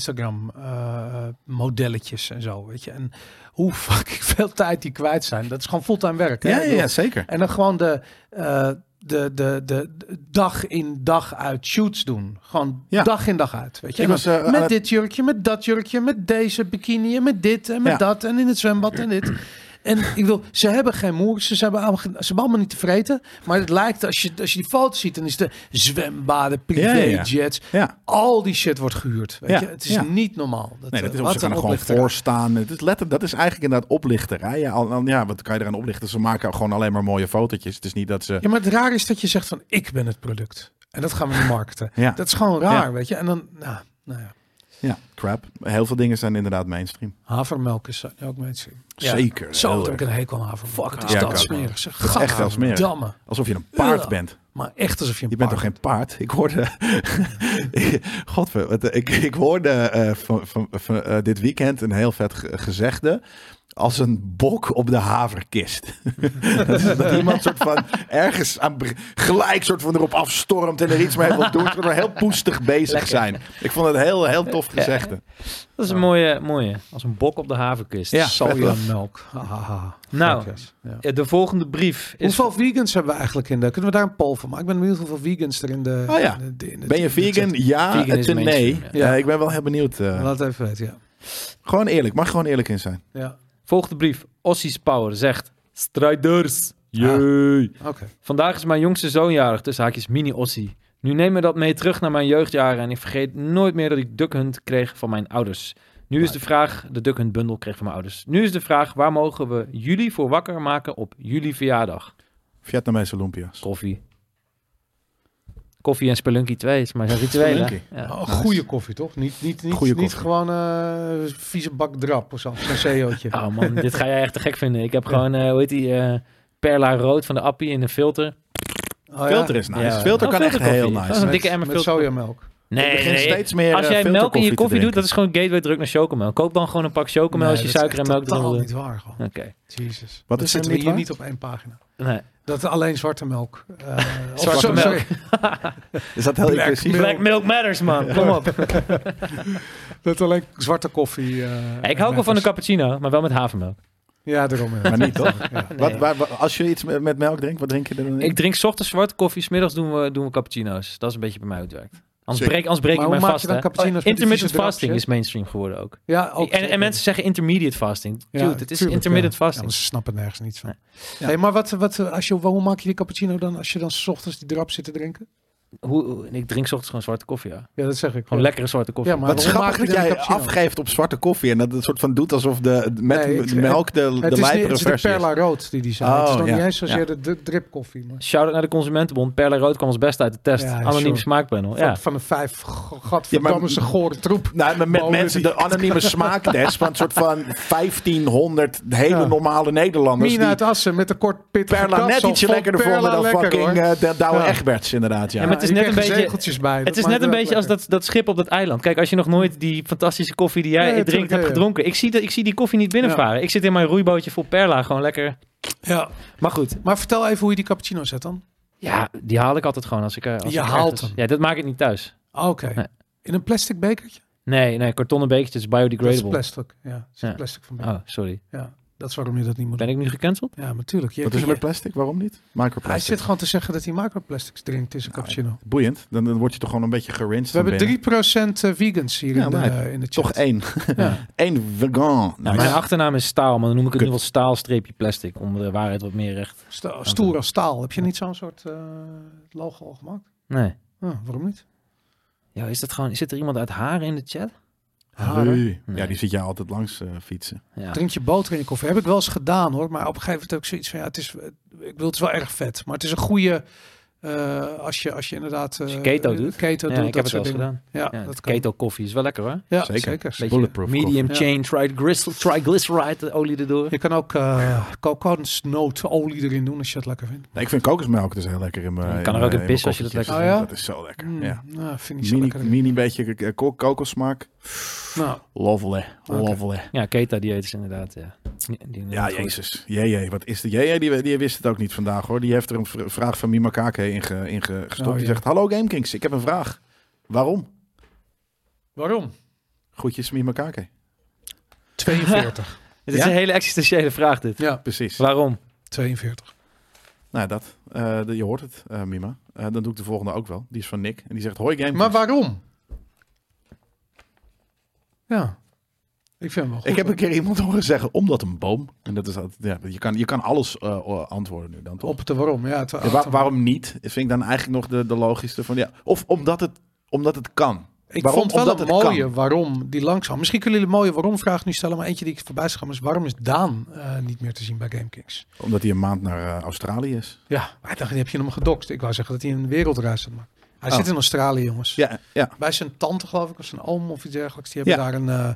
Instagram-modelletjes en zo. Weet je, en hoe fucking veel tijd die kwijt zijn. Dat is gewoon fulltime werk. Hè?
Ja,
Ik
ja,
bedoel,
ja, zeker.
En dan gewoon de, eh, de, de, de, de dag in dag uit shoots doen. Gewoon
Ja.
dag in dag uit. Weet je?
Ik
En
was,
dan
eh, aan
met
het-
dit jurkje, met dat jurkje, met deze bikini en met dit en met
Ja.
dat en in het zwembad en dit. En ik wil, ze hebben geen moer, ze, hebben allemaal, geen- ze hebben allemaal niet te vreten. Maar het lijkt, als je, als je die foto's ziet, dan is de zwembaden,
ja, ja.
privéjets,
Ja.
al die shit wordt gehuurd. Weet
Ja,
je? Het is
ja.
niet normaal. Dat,
Nee,
eh,
dat is,
wat
ze
een
gaan er gewoon
oplichter.
voor staan. Het is letter, dat is eigenlijk inderdaad oplichterij. Ja, al, al- ja, wat kan je eraan oplichten? Ze maken gewoon alleen maar mooie fotootjes. Het is niet dat ze...
Ja, maar het raar is dat je zegt van ik ben het product. En dat gaan we nu marketen.
Ja.
Dat is gewoon raar,
Ja.
weet je. En dan, nou, nou ja.
Ja, crap. Heel veel dingen zijn inderdaad mainstream.
Havermelk is eh, ook mensen.
Zeker.
Zo,
heel
dat
erg.
heb ik een hekel aan havermelk. Fuck, is
Ja, ik ook.
dat smerig. Zeg,
is echt wel smerig.
gadverdamme.
Alsof je een paard
Ja.
bent.
Maar echt alsof je een
Je bent toch
paard
geen paard? Ik hoorde. Godver, wat, eh, ik, ik hoorde eh, van, van, van, eh, dit weekend een heel vet ge- gezegde. Als een bok op de haverkist. dat, is- dat iemand soort van ergens aan be- gelijk soort van erop afstormt en er iets mee wil doen. Ze maar heel poestig bezig zijn. Ik vond het heel, heel tof gezegde.
Dat is een mooie, mooie, als een bok op de havenkust.
Ja.
bent.
Vet,
Sojamelk. Hahaha.
Nou,
Fuck yes. Ja.
Eh, De volgende brief is
Hoeveel vegans hebben we eigenlijk in de... Kunnen we daar een poll van maken? Ik ben benieuwd hoeveel vegans er in de...
Oh ja.
in de- in de-
Ben je vegan? Ja,
Vegan is
eh, nee.
mainstream,
ja.
Eh, ik ben wel heel benieuwd. eh.
Laat het even weten, ja.
gewoon eerlijk. Mag gewoon eerlijk in zijn.
Ja,
Volgende brief. Ossies Power zegt... Strijders. Jee.
oké.
Vandaag is mijn jongste zoon jarig, dus haakjes mini Ossie. Nu neem me dat mee terug naar mijn jeugdjaren... en ik vergeet nooit meer dat ik Duck Hunt kreeg van mijn ouders. Nu is de vraag... De Duck Hunt bundel kreeg van mijn ouders. Nu is de vraag, waar mogen we jullie voor wakker maken op jullie verjaardag?
Vietnamese lumpia's.
Koffie. Koffie en Spelunky 2 is maar zijn rituelen.
Spelunky.
Ja.
Oh, goede koffie, toch? Niet, niet, niet,
Goeie
niet
koffie.
gewoon eh vieze bak drap of zo. Zo'n ceootje.
Oh man, dit ga jij echt te gek vinden. Ik heb gewoon, eh hoe heet die, eh, Perla Rood van de Appie in een filter.
Oh,
filter is nice.
Ja, ja.
filter
Oh,
kan echt heel
filterkoffie. Dat is
nice.
een
zijn.
dikke emmer
Met, met
filter.
sojamelk.
Ik
Nee,
begin
nee,
steeds meer
Als
eh,
jij melk in je
filterkoffie te
koffie doet, dat
drinken.
is gewoon gateway druk naar chocomel. Koop dan gewoon een pak chocomel als je
Nee, dat
suiker
is
en
echt
melk
totaal
wil doen.
niet waar gewoon.
Oké.
Jezus.
Wat
Dat
is er niet
zitten we hier
waar?
niet op één pagina.
Nee.
Dat alleen zwarte melk. eh, of-
Zwarte
sorry,
melk.
sorry.
Is dat heel
Black
inclusief?
Mirror.
Black milk matters, man. Kom op.
Dat alleen zwarte koffie. eh,
Ja, ik hou ook wel van de
lekkers.
cappuccino, maar wel met havermelk.
Ja, daarom. ja.
Maar niet, toch?
Ja.
Wat, waar- waar- als je iets met met melk drinkt, wat drink je er dan in?
Ik drink 's ochtends zwarte koffie, 's middags doen we, doen we cappuccino's. Dat is een beetje bij mij hoe het werkt.
Sick.
Anders breek, anders breek
Maar
ik
hoe maak
mijn vast.
je dan
hè.
cappuccino's met die
intermittent
vieze
fasting
drapjes?
is mainstream geworden ook.
Ja, ook
en, en mensen zeggen intermediate fasting.
Ja,
Dude, het is
tuurlijk,
intermittent
Ja,
fasting.
maar ze snappen nergens niets van.
Ja.
Hey, maar wat, wat, als je, hoe maak je die cappuccino dan als je dan 's ochtends die drap zit te drinken?
Hoe, hoe- ik drink 's ochtends gewoon zwarte koffie, ja. Gewoon
Ja, dat zeg ik.
lekkere zwarte koffie.
Ja, maar
Wat is
waarom
grappig
maak je
dat
dan
jij
een cappuccino?
afgeeft op zwarte koffie en dat het soort van doet alsof de, met
Nee, het-
de melk de,
Het
de
is, niet-
lijpere
het is de
versie is.
Perla Rood die die zijn. het is
Oh,
nog
ja.
niet eens zozeer
Ja.
de, de dripkoffie. Maar
Shout-out naar de Consumentenbond. Perle Rood kwam als beste uit de test.
Ja,
Anoniem
sure.
smaakpanel.
van,
Ja.
van de vijf g- gadverdamme
Ja,
ze gore troep.
Nou, maar met
Bonen
mensen, de anonieme smaaktest van een soort van 1500 hele
Ja.
normale Nederlanders.
Mina
die
uit Assen met een kort pittig
Perla net ietsje lekkerder vonden dan fucking eh, de Douwe
Ja.
Egberts inderdaad. Ja.
Ja, maar het is net een beetje-
bij.
Het is net een beetje als dat, dat schip op dat eiland. Kijk, als je nog nooit die fantastische koffie die jij
Nee,
drinkt
tuurlijk,
hebt
ja, ja.
gedronken. Ik zie, dat, ik zie die koffie niet binnenvaren. Ik zit in mijn roeibootje vol Perla. Gewoon lekker.
Ja.
Maar goed.
Maar vertel even hoe je die cappuccino zet dan.
Ja, die haal ik altijd gewoon als ik. eh, Als
Je
ik
haalt
ergens-
hem.
Ja, dat maak ik niet thuis.
Ah, Oké.
Nee.
In een plastic bekertje?
Nee, nee, kartonnen bekertjes,
Dat is
biodegradable.
plastic. Ja, dat is
Ja.
plastic van beker.
oh, sorry.
Ja, dat is waarom je dat niet moet doen.
Ben ik nu gecanceld?
Ja, natuurlijk. Je,
Wat is er
je-
met plastic? Waarom niet?
hij
Microplastic.
zit gewoon te zeggen dat hij microplastics drinkt in zijn
Nou,
cappuccino.
Boeiend. Dan, dan word je toch gewoon een beetje gerinsed.
We hebben 3%
van binnen.
vegans hier
Ja,
in, de,
maar-
in de chat.
Toch één.
Ja.
Eén vegan.
Nou,
Nou,
mijn
ja.
achternaam is Staal, maar dan noem ik
Kut.
het nu wel Staal-plastic. Om de waarheid wat meer recht.
Sta- Stoer als staal. Heb je niet zo'n soort eh, logo al gemaakt?
Nee.
Ja, waarom niet?
Ja, is dat gewoon. Zit er iemand uit Haren in de chat?
Haren.
Ui. Ja, die zit jij altijd langs eh, fietsen.
Ja.
Drink je boter in je koffie. Heb ik wel eens gedaan hoor. Maar op een gegeven moment ook zoiets van ja, het is, ik wil het is wel erg vet. Maar het is een goede eh, als, je, als je inderdaad eh,
Als je keto doet.
Keto
Ja,
doet
ik
dat
heb het wel
soort
eens
dingen.
gedaan.
Ja,
Ja,
dat kan.
keto koffie is wel lekker hoor.
Ja,
Zeker.
zeker.
Beetje
Bulletproof
medium
koffie.
chain triglycer- triglyceride olie erdoor.
Je kan ook eh kokosnootolie erin doen als je dat lekker vindt.
Nee, ik vind kokosmelk dus heel lekker in mijn
Je
in
kan er ook
mijn-
in
mijn
pissen als je dat
koffietjes.
lekker vindt.
Dat is zo lekker.
Mm,
Ja.
nou, vind ik zo
Mini,
lekker.
mini beetje eh, k- k- kokossmaak.
Nou,
Lovely.
Oké.
Lovely.
Ja, keto-dieet is inderdaad. Ja, Die- die-
Ja,
goed.
jezus. JJ, wat is de JJ? Die, die wist het ook niet vandaag hoor. Die heeft er een vr- vraag van Mima Kake in, ge- in ge- gestopt.
Oh,
die
ja.
zegt, hallo Gamekings, ik heb een vraag. Waarom?
waarom?
Groetjes Mima Kake.
42.
Het is
Ja?
een hele existentiële vraag dit.
ja,
Precies.
Waarom?
42.
Nou, dat. Eh, de- je hoort het, eh, Mima. Eh, dan doe ik de volgende ook wel. Die is van Nick. En die zegt, hoi Gamekings.
Maar waarom? Ja, ik vind hem wel goed.
ik heb
hoor.
een keer iemand horen zeggen, omdat een boom. En dat is altijd, ja, je, kan, je kan alles eh, o- antwoorden nu dan toch?
op de waarom. Ja, het,
Ja, waar- waarom niet? Vind ik dan eigenlijk nog de, de logischste van, ja. Of omdat het, omdat het kan.
Ik
Waarom?
vond wel
Omdat
een
het kan.
mooie waarom die langzaam. Misschien kunnen jullie een mooie waarom vraag nu stellen, maar eentje die ik voorbij zag komen is waarom is Daan eh, niet meer te zien bij GameKings?
Omdat hij een maand naar eh, Australië is.
Ja, maar ik dacht, heb je hem gedokst? Ik wou zeggen dat hij een wereldreis had gemaakt. Hij
Oh.
zit in Australië, jongens.
Ja, ja.
Bij zijn tante, geloof ik, of zijn oom of iets dergelijks. Die hebben
Ja.
daar een, eh,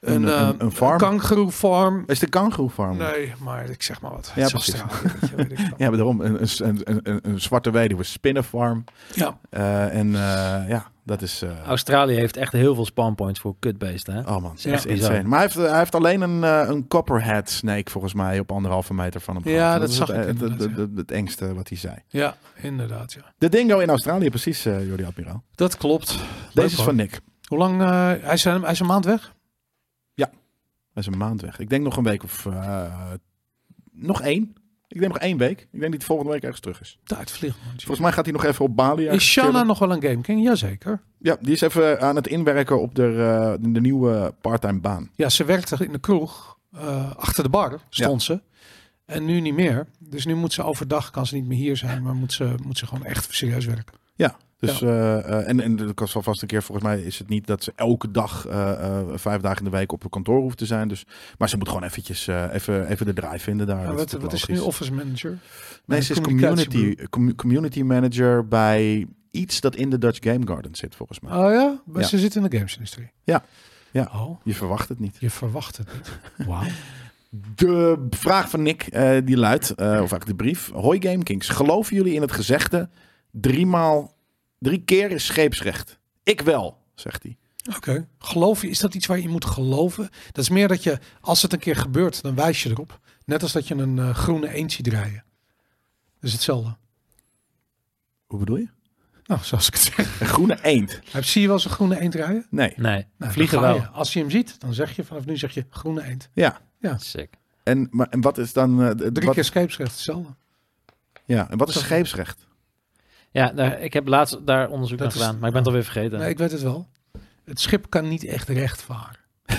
Een-
een, eh,
een- een farm?
kangoeroefarm.
Is de kangoeroefarm?
Nee, maar ik zeg maar wat.
Ja,
Het is
precies.
Australië, weet je, weet ik veel.
Ja, maar daarom. Een, een, een, een, een zwarte weduwe spinnenfarm.
ja.
Eh, en eh, ja, dat is... eh,
Australië heeft echt heel veel spawnpoints voor kutbeesten. Hè?
oh man, dat
Ja.
is insane. Maar hij heeft, hij heeft alleen een, eh, een copperhead snake volgens mij op anderhalve meter van hem
Ja,
gehad.
dat
is
zag
het,
ik
eh, het, het,
inderdaad,
het, het- het engste wat hij zei.
ja, inderdaad. Ja.
De dingo in Australië, precies, eh Jordi Admiraal.
Dat klopt.
Deze is
hoor.
van Nick. Hij
Hoe lang? eh, hij, is, hij is een maand weg?
is een maand weg. Ik denk nog een week of... eh, nog één. Ik denk nog één week. Ik denk dat hij volgende week ergens terug is.
Tijd vliegt, man.
Volgens mij gaat hij nog even op Bali. ergens
Is Shanna
chillen.
nog wel een Game King? Jazeker.
Ja, die is even aan het inwerken op de, eh, de nieuwe parttime baan.
Ja, ze werkte in de kroeg. eh, achter de bar stond ze. En nu niet meer. Dus nu moet ze overdag, kan ze niet meer hier zijn. Maar moet ze, moet ze gewoon echt serieus werken.
Dus, eh, eh, en, en dat kan ze alvast een keer, volgens mij is het niet dat ze elke dag, eh, eh, vijf dagen in de week op het kantoor hoeft te zijn. Dus, maar ze moet gewoon eventjes eh, even, even de draai vinden daar.
En
Dat
wat,
toch
wat is ze nu
logisch.
office manager?
Nee, ze is
communicatie-
community, commu- community manager bij iets dat in de Dutch Game Garden zit, volgens mij.
Oh ja? Maar
Ja.
Ze zit in de gamesindustrie.
Ja. Ja.
Oh,
Je verwacht het niet.
je verwacht het niet. Wauw.
De vraag van Nick, eh, die luidt, eh, of eigenlijk de brief. Hoi GameKings, geloven jullie in het gezegde driemaal, drie keer is scheepsrecht? Ik wel, zegt hij.
Oké. Geloof je, is dat iets waar je in moet geloven? Dat is meer dat je, als het een keer gebeurt, dan wijs je erop. Net als dat je een eh, groene eend ziet draaien. Dat is hetzelfde.
Hoe bedoel je?
Nou, zoals ik het zeg.
Een groene eend.
Heb- Zie je wel eens een groene eend draaien?
Nee,
Nee,
Nou,
vliegen
dan ga
wel.
je. Als je hem ziet, dan zeg je vanaf nu zeg je groene eend.
ja.
Sick.
En, maar, en wat is dan... eh, d-
Drie
wat,
keer scheepsrecht, hetzelfde.
Ja, en wat is scheepsrecht?
Ja, daar, ik heb laatst daar onderzoek
Dat
naar
is-
gedaan, maar ik ben het alweer vergeten.
Nee, ik weet het wel. Het schip kan niet echt recht varen.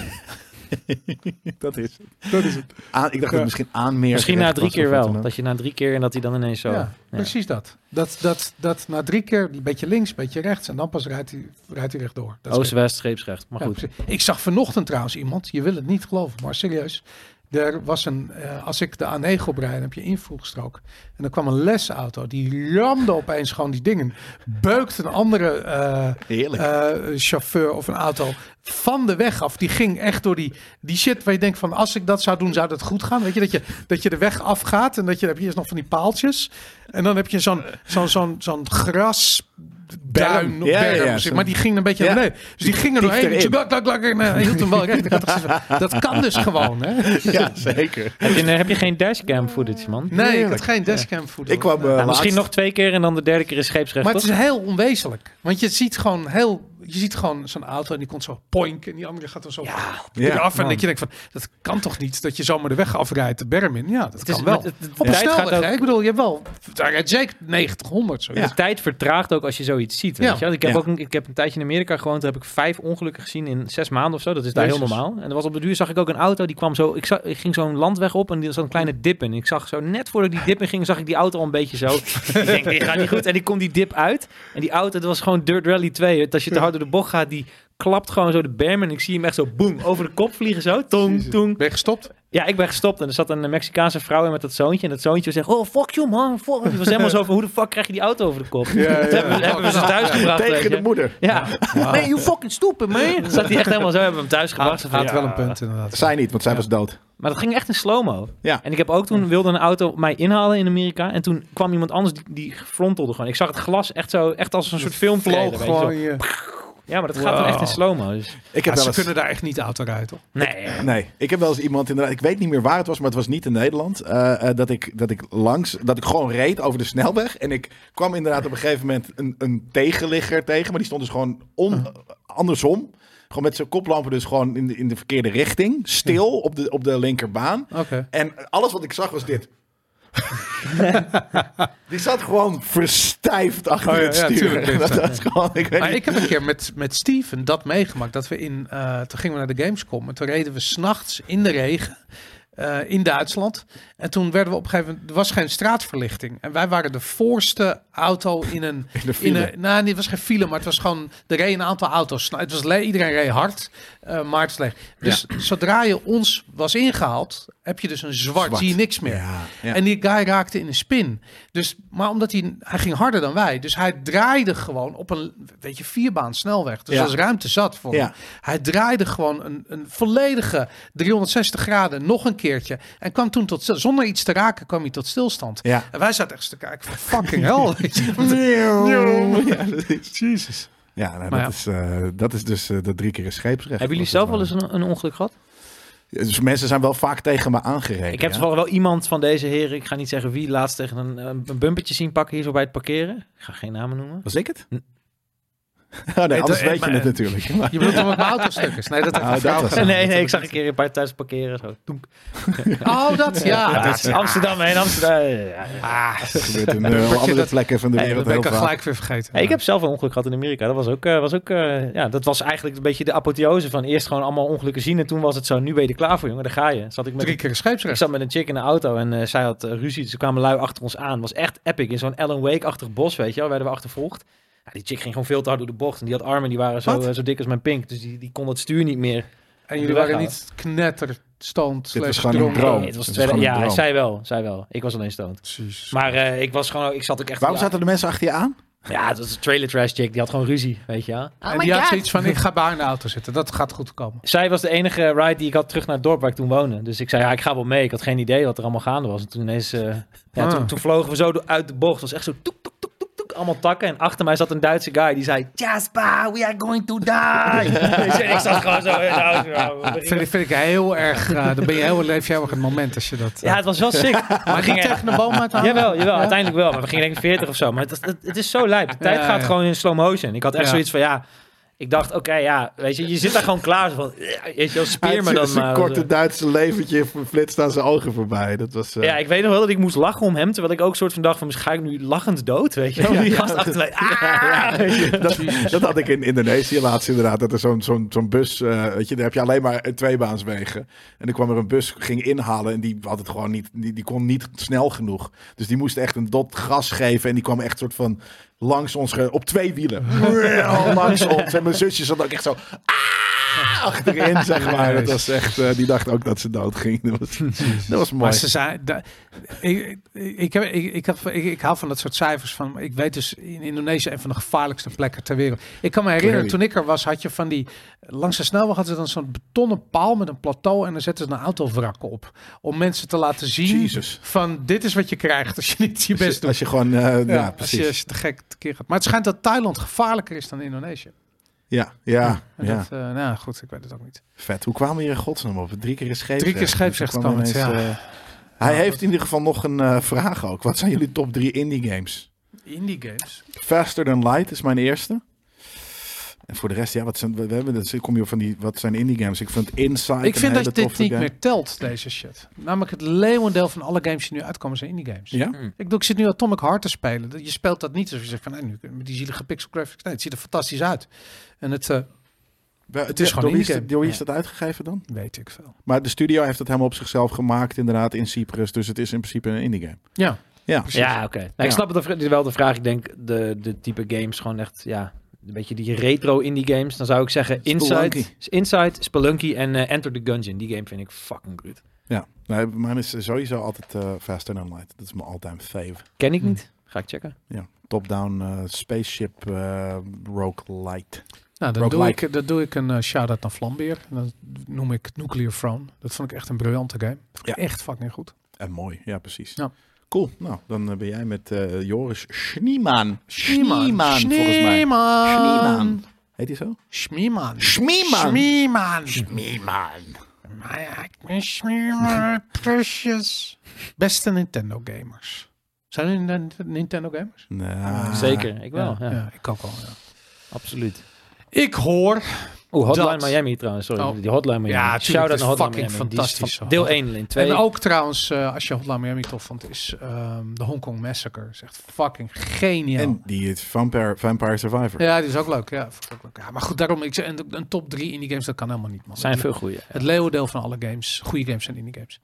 Dat is...
Dat is het.
Aan, ik dacht dat
Ja.
misschien aanmeer...
Misschien na
recht
drie
was of
keer
wat
wel.
dan ook.
Dat je na drie keer en dat hij dan ineens zo...
Ja, precies dat. Dat, dat. dat na drie keer, een beetje links, een beetje rechts. En dan pas rijdt hij, rijdt hij rechtdoor. Dat is
Oost-West, scheepsrecht. Maar
Ja,
Oh, goed.
precies. ik zag vanochtend trouwens iemand, je wil het niet geloven, maar serieus. Er was een, eh, als ik de A9 oprijden, heb je invoegstrook. En er kwam een lesauto, die ramde opeens gewoon die dingen. Beukt een andere eh,
Heerlijk.
eh, chauffeur of een auto van de weg af. Die ging echt door die, die shit waar je denkt van als ik dat zou doen zou dat goed gaan. Weet je, dat je, dat je de weg afgaat en dat je, heb je eerst nog van die paaltjes. En dan heb je zo'n zo'n zo'n zo'n gras... Duin,
Ja, ja, ja,
berm, zeg
zo'n-
maar die ging een beetje
Ja.
naar beneden. Dus die gingen
Tief
doorheen.
erin.
Tjubak, klak, klak, en eh, hij hield hem wel recht. Ik had gezegd, Dat kan dus gewoon, hè?
Ja, zeker.
Heb, je, heb je geen dashcam footage, man?
Nee, ik
Heerlijk.
had geen dashcam voeten.
Ik kwam eh,
Nou,
laatst-
misschien nog twee keer en dan de derde keer is scheepsrecht,
Maar het
toch?
is heel onwezenlijk. Want je ziet gewoon heel... Je ziet gewoon zo'n auto en die komt zo poink. En die andere gaat dan zo
Ja,
af. En
man.
dat je denkt van, dat kan toch niet? Dat je zomaar de weg afrijdt, de berm in. Ja, dat
Het
kan
is-
wel.
het- het-
Op
de
een
tijd gaat
snelweg,
ook-
hè? Ik bedoel, je hebt wel... Daar rijdt zeker 90, 100, zoiets.
De tijd vertraagt ook als je zoiets ziet. Weet
Ja.
je? wel. Ik, heb
Ja.
ook een, ik heb een tijdje in Amerika gewoond. Daar heb ik vijf ongelukken gezien in zes maanden of zo. Dat is daar
Jezus.
heel normaal. En er was op de duur zag ik ook een auto. Die kwam zo. Ik, za- ik ging zo'n landweg op en er zat een kleine dip in. Ik zag zo net voordat ik die dip in ging, zag ik die auto al een beetje zo. ik denk, dit gaat niet goed. En die komt die dip uit. En die auto, dat was gewoon Dirt Rally 2. Als je te hard door de bocht gaat, die klapt gewoon zo de berm. En ik zie hem echt zo boem over de kop vliegen zo. Tong, tong.
Ben je gestopt?
Ja, ik ben gestopt en er zat een Mexicaanse vrouw in met dat zoontje. En dat zoontje zegt, oh, fuck you man. Fuck. Het was helemaal zo van, hoe de fuck krijg je die auto over de kop? Toen hebben, we- hebben we ze thuis gebracht. weet
tegen
je.
de moeder.
Ja. Nee, you fucking stupid man. Dan zat hij echt helemaal zo, hebben we hem thuis gebracht. Zo van,
Had
ja.
wel een punt, inderdaad.
Zij niet, want zij was dood.
Maar dat ging echt in slow-mo.
Ja.
En ik heb ook toen, wilde een auto mij inhalen in Amerika. En toen kwam iemand anders die, die frontelde gewoon. Ik zag het glas echt zo, echt als een soort film
Vloog gewoon je...
Ja, maar dat gaat dan echt in
Wow.
slow-mo. Dus.
Ik heb
Ja,
wel
ze
eens...
kunnen daar echt niet auto rijden, toch?
Nee.
Nee, ik heb wel eens iemand inderdaad, ik weet niet meer waar het was, maar het was niet in Nederland. eh, eh, dat, ik, dat ik langs, dat ik gewoon reed over de snelweg. En ik kwam inderdaad op een gegeven moment een, een tegenligger tegen, maar die stond dus gewoon
Oh.
on, andersom. Gewoon met zijn koplampen, dus gewoon in de, in de verkeerde richting. Stil op de, op de linkerbaan.
Oké.
En alles wat ik zag was dit. die zat gewoon verstijfd achter
Oh ja,
het
ja,
stuur.
tuurlijk,
dat, was gewoon, ik weet
Maar
niet.
ik heb een keer met, met Steven dat meegemaakt. Dat we in, eh, toen gingen we naar de Gamescom. En toen reden we s'nachts in de regen. eh, in Duitsland. En toen werden we op een gegeven moment... Er was geen straatverlichting. En wij waren de voorste auto in een...
In de
In
file.
een, nou, nee, het was geen file, maar het was gewoon... Er reden een aantal auto's. Nou, het was le- iedereen reed hard, eh, maar het was leeg. Dus zodra je ons was ingehaald... heb je dus een zwart,
Zwart.
zie je niks meer.
Ja, ja.
En die guy raakte in een spin. Dus, maar omdat hij, hij ging harder dan wij. Dus hij draaide gewoon op een weet je, vierbaan snelweg. Dus
Ja.
dat is ruimte zat voor
Ja.
hem. Hij draaide gewoon een, een volledige 360 graden nog een keertje. En kwam toen tot stil- Zonder iets te raken kwam hij tot stilstand.
Ja.
En wij zaten echt te kijken van fucking hell. weet je.
Ja, dat is-
Jezus.
Ja, nou,
Maar
dat,
ja.
Is, eh, dat is dus eh, dat drie keer een scheepsrecht.
Hebben
Dat
jullie zelf
is
wel eens een, een ongeluk gehad?
Ja, Dus mensen zijn wel vaak tegen me aangereden.
Ik heb
ja?
toevallig wel iemand van deze heren, ik ga niet zeggen wie, laatst tegen een, eh, een bumpertje zien pakken hier zo bij het parkeren. Ik ga geen namen noemen.
Was ik het?
Hm.
Oh, nee, anders
dat-
weet je
maar-
het natuurlijk. Maar-
Je bedoelt dan met mijn autostukkers? Nee, dat,
Ah, dat was
Nee,
het.
nee, ik zag een keer een paar thuis parkeren. Zo. Toenk.
Oh, dat? Ja.
Ja,
dat
dat is Amsterdam heen, Amsterdam. ja, ja, ja.
dat gebeurt in eh,
je
andere
dat-
plekken van de
Nee, dat
wereld
ben
heel
ik al
vaak.
gelijk weer vergeten.
Hey, ik heb zelf een ongeluk gehad in Amerika. Dat was ook, eh, was ook eh, ja, dat was eigenlijk een beetje de apotheose van eerst gewoon allemaal ongelukken zien. En toen was het zo, nu ben je er klaar voor, jongen, daar ga je. Zat ik met
Drie
een,
keer een
ik
scheepsrecht.
zat met een chick in de auto en eh, zij had eh, ruzie. Dus er kwamen lui achter ons aan. was echt epic. In zo'n Alan Wake-achtig bos, weet je wel, werden we achtervolgd. Ja, die chick ging gewoon veel te hard door de bocht. En die had armen, die waren zo,
Wat?
eh, zo dik als mijn pink. Dus die, die kon het stuur niet meer.
En jullie waren niet knetterstand.
Dit was
slash
gewoon een
dronken.
droom.
Nee, het was
Het is
tweede-
gewoon een
ja,
droom.
zij wel, zij wel. Ik was alleen stoned.
Precies.
Maar eh, ik was gewoon, ik zat ook echt...
Waarom
ja,
zaten de mensen achter je aan?
Ja, dat is een trailer trash chick. Die had gewoon ruzie, weet je wel.
Oh
en die had zoiets van, ik ga bij haar in de auto zitten. Dat gaat goed komen.
Zij was de enige ride die ik had terug naar het dorp waar ik toen woonde. Dus ik zei, ja, ik ga wel mee. Ik had geen idee wat er allemaal gaande was. En toen ineens, eh, ja,
Ah.
toen, toen vlogen we zo do- uit de bocht. Het was echt zo toek, toek, toek, toek, toek, allemaal takken. En achter mij zat een Duitse guy die zei, Jasper, we are going to die. Dus ik zat gewoon zo in de auto. Ja, we
Vind,
gingen-
ik- vind ik heel erg, eh, dan ben je heel, leef je heel erg in het moment als je dat... eh,
Ja, het was wel sick.
maar
ging
niet
er-
tegen de boom uit
Jawel, jawel, uiteindelijk wel. Maar we gingen denk ik 40 of zo. Maar het, is- het, het is zo lijp. De tijd
Ja,
gaat
ja.
gewoon in slow motion. Ik had echt
Ja.
zoiets van, ja... Ik dacht, oké, ja, weet je, je zit daar gewoon klaar. Zo Van, weet je, wel, speer me dan eh, maar.
Een
of zo.
korte Duitse leventje flitst aan zijn ogen voorbij. Dat was... eh,
Ja, ik weet nog wel dat ik moest lachen om hem, terwijl ik ook soort van dacht van, ga ik nu lachend dood, weet je wel? Die gast achter mij, ah!
dat, dat had ik in Indonesië laatst inderdaad. Dat er zo'n zo'n zo'n bus, eh, weet je, daar heb je alleen maar tweebaanswegen. En er kwam er een bus, ging inhalen en die had het gewoon niet, die, die kon niet snel genoeg. Dus die moest echt een dot gas geven en die kwam echt soort van langs ons, ge- op twee wielen. langs ons. En mijn zusje zat ook echt zo... "Ah!" Achterin, zeg maar. Dat was echt, eh, die dacht ook dat ze dood ging. Dat was, dat was mooi.
Maar ze zei, da- ik, ik, ik, heb- ik, ik, heb- ik, ik hou van dat soort cijfers. Van, ik weet dus in Indonesië een van de gevaarlijkste plekken ter wereld. Ik kan me herinneren,
Clearly.
toen ik er was, had je van die... Langs de snelweg hadden ze dan zo'n betonnen paal met een plateau... en daar zetten ze een autovrak op. Om mensen te laten zien
Jezus.
van dit is wat je krijgt als je niet je
Als
best
je,
doet.
als je gewoon, eh, ja,
Ja, als,
precies.
je, als je te gek tekeer gaat. Maar het schijnt dat Thailand gevaarlijker is dan Indonesië.
ja, ja,
En
ja.
Dat, eh, nou goed, ik weet het ook niet.
Vet. Hoe kwamen we hier in godsnaam op? Drie keer Dus scheep.
Drie keer scheepsrecht kwam het, ja.
eh, Hij heeft in ieder geval nog een eh, vraag ook. Wat zijn jullie top drie indie games?
Indie games.
Faster Than Light is mijn eerste. En voor de rest, ja, wat zijn, we, we hebben, dat kom je op van die, wat zijn indie games? Ik vind Inside
Ik
een
vind
hele
dat dit
toffe
niet
game.
meer telt, deze shit. Namelijk het leeuwendeel van alle games die nu uitkomen zijn indie games.
Ja?
Ik, bedoel, ik zit nu Atomic Heart te spelen. Dat- Je speelt dat niet als je zegt van nee, nu met die zielige pixel graphics. Nee, het ziet er fantastisch uit. En het eh,
Het
is
is
gewoon
door wie is,
indie
dat,
game.
door wie is
Ja.
dat uitgegeven dan?
weet ik veel.
Maar de studio heeft het helemaal op zichzelf gemaakt inderdaad in Cyprus. Dus het is in principe een indie game.
Ja,
Ja.
precies.
Ja, oké. Nou,
Ja.
ik snap het wel- wel de vraag. Ik denk de, de type games gewoon echt, ja, een beetje die retro indie games. Dan zou ik zeggen Inside,
Spelunky.
Inside Spelunky en eh, Enter the Gungeon. Die game vind ik fucking goed.
ja. Nee, mijn is sowieso altijd eh, Faster Than Light. Dat is mijn all-time fave.
Ken ik
Hm.
niet. Ga ik checken.
Ja. Top-down eh, spaceship eh rogue light.
Nou, dan doe,
Roguelike.
ik, dan doe ik een eh, shout-out naar Flambeer. En dan noem ik Nuclear Throne. Dat vond ik echt een briljante game.
Ja.
Echt fucking goed.
En mooi, ja precies.
Ja.
Cool, nou dan eh, ben jij met eh, Joris Schnieman. volgens mij.
Schneeman.
Schneeman. Heet hij zo?
Schneeman.
Schnieman.
Schneeman.
Schnieman.
Maar Ah ja, ik ben smeermaar, precious. Beste Nintendo gamers. Zijn jullie Nin- Nintendo gamers? Ah,
Nou,
Zeker, ik wel. Ja,
ik ook al. Ja.
absoluut.
Ik hoor.
Oeh, Hotline
Dat-
Miami trouwens. Sorry,
Oh.
die Hotline Miami.
Ja, tuurlijk,
Shout-out
dat is
naar Hotline
fucking
Miami. Die is
fantastisch.
van- Deel 1 en 2.
En ook trouwens, eh, als je Hotline Miami tof vond, is ehm, de Hong Kong Massacre. Is echt fucking geniaal.
En die is Vampire, Vampire Survivor.
Ja, die is ook leuk. Ja, vond ik ook leuk. Ja, maar goed, daarom. Ik, zeg- en een top 3 indie games, dat kan helemaal niet, man.
zijn veel goede.
Het leeuwendeel van alle games. Goede games en indie games.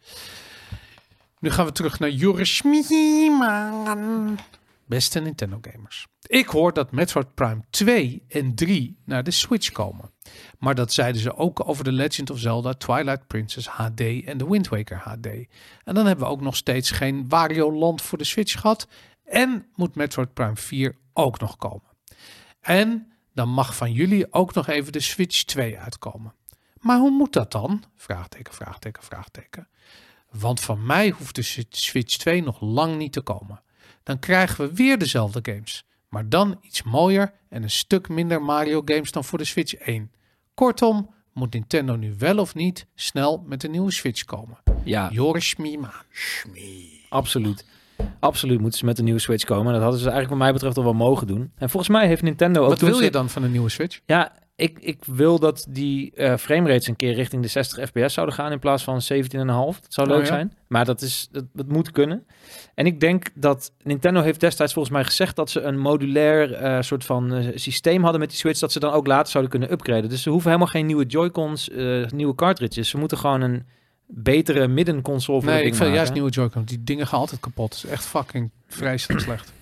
Nu gaan we terug naar Joris Mieman. Beste Nintendo gamers. Ik hoor dat Metroid Prime 2 en 3 naar de Switch komen. Maar dat zeiden ze ook over The Legend of Zelda, Twilight Princess HD en The Wind Waker HD. En dan hebben we ook nog steeds geen Wario Land voor de Switch gehad. En moet Metroid Prime 4 ook nog komen. En dan mag van jullie ook nog even de Switch 2 uitkomen. Maar hoe moet dat dan? Vraagteken, vraagteken, vraagteken. Want van mij hoeft de Swi- Switch 2 nog lang niet te komen. Dan krijgen we weer dezelfde games. Maar dan iets mooier en een stuk minder Mario games dan voor de Switch 1. Kortom, moet Nintendo nu wel of niet snel met een nieuwe Switch komen?
Ja,
Joris Mima.
Absoluut. Absoluut moeten ze met een nieuwe Switch komen. Dat hadden ze eigenlijk wat mij betreft al wel mogen doen. En volgens mij heeft Nintendo ook...
Wat
toen
wil
ze-
je dan van een nieuwe Switch?
Ja, ik, ik wil dat die eh framerates een keer richting de 60 fps zouden gaan... in plaats van 17,5. Dat zou
Oh,
leuk
ja.
zijn. Maar dat, is, dat, dat moet kunnen. En ik denk dat... Nintendo heeft destijds volgens mij gezegd... dat ze een modulair eh, soort van eh, systeem hadden met die Switch... dat ze dan ook later zouden kunnen upgraden. Dus ze hoeven helemaal geen nieuwe Joy-Cons, eh, nieuwe cartridges. Ze moeten gewoon een betere middenconsole voor dat
Nee,
ding
ik vind
maken.
juist nieuwe Joy-Con. Die dingen gaan altijd kapot. Het is echt fucking vreselijk slecht.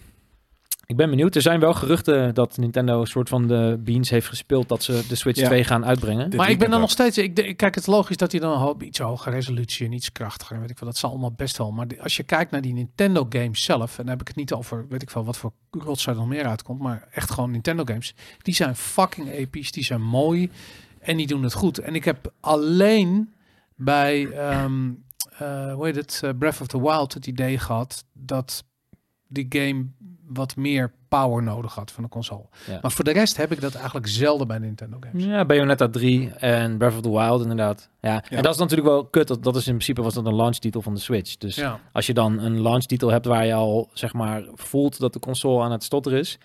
Ik ben benieuwd. Er zijn wel geruchten dat Nintendo een soort van de beans heeft gespeeld dat ze de Switch
Ja.
2 gaan uitbrengen.
Dit
maar ik
weekend
ben dan
ook.
nog steeds. Ik, denk- kijk, het is logisch dat hij dan een hoop- iets hoger resolutie en iets krachtiger. en Weet ik veel, dat zal allemaal best wel. Maar die- als je kijkt naar die Nintendo games zelf, en dan heb ik het niet over, weet ik veel, wat voor rotzooi er nog meer uitkomt, maar echt gewoon Nintendo games. Die zijn fucking episch, die zijn mooi en die doen het goed. En ik heb alleen bij, ehm, eh, hoe heet het, eh, Breath of the Wild het idee gehad dat die game wat meer power nodig had van de console.
Ja.
Maar voor de rest heb ik dat eigenlijk zelden bij Nintendo games.
Ja, Bayonetta 3 en Breath of the Wild inderdaad. Ja.
Ja.
En dat is natuurlijk wel kut. Dat, dat is in principe was dat een launchtitel van de Switch. Dus
Ja.
als je dan een launchtitel hebt waar je al zeg maar voelt dat de console aan het stotteren is.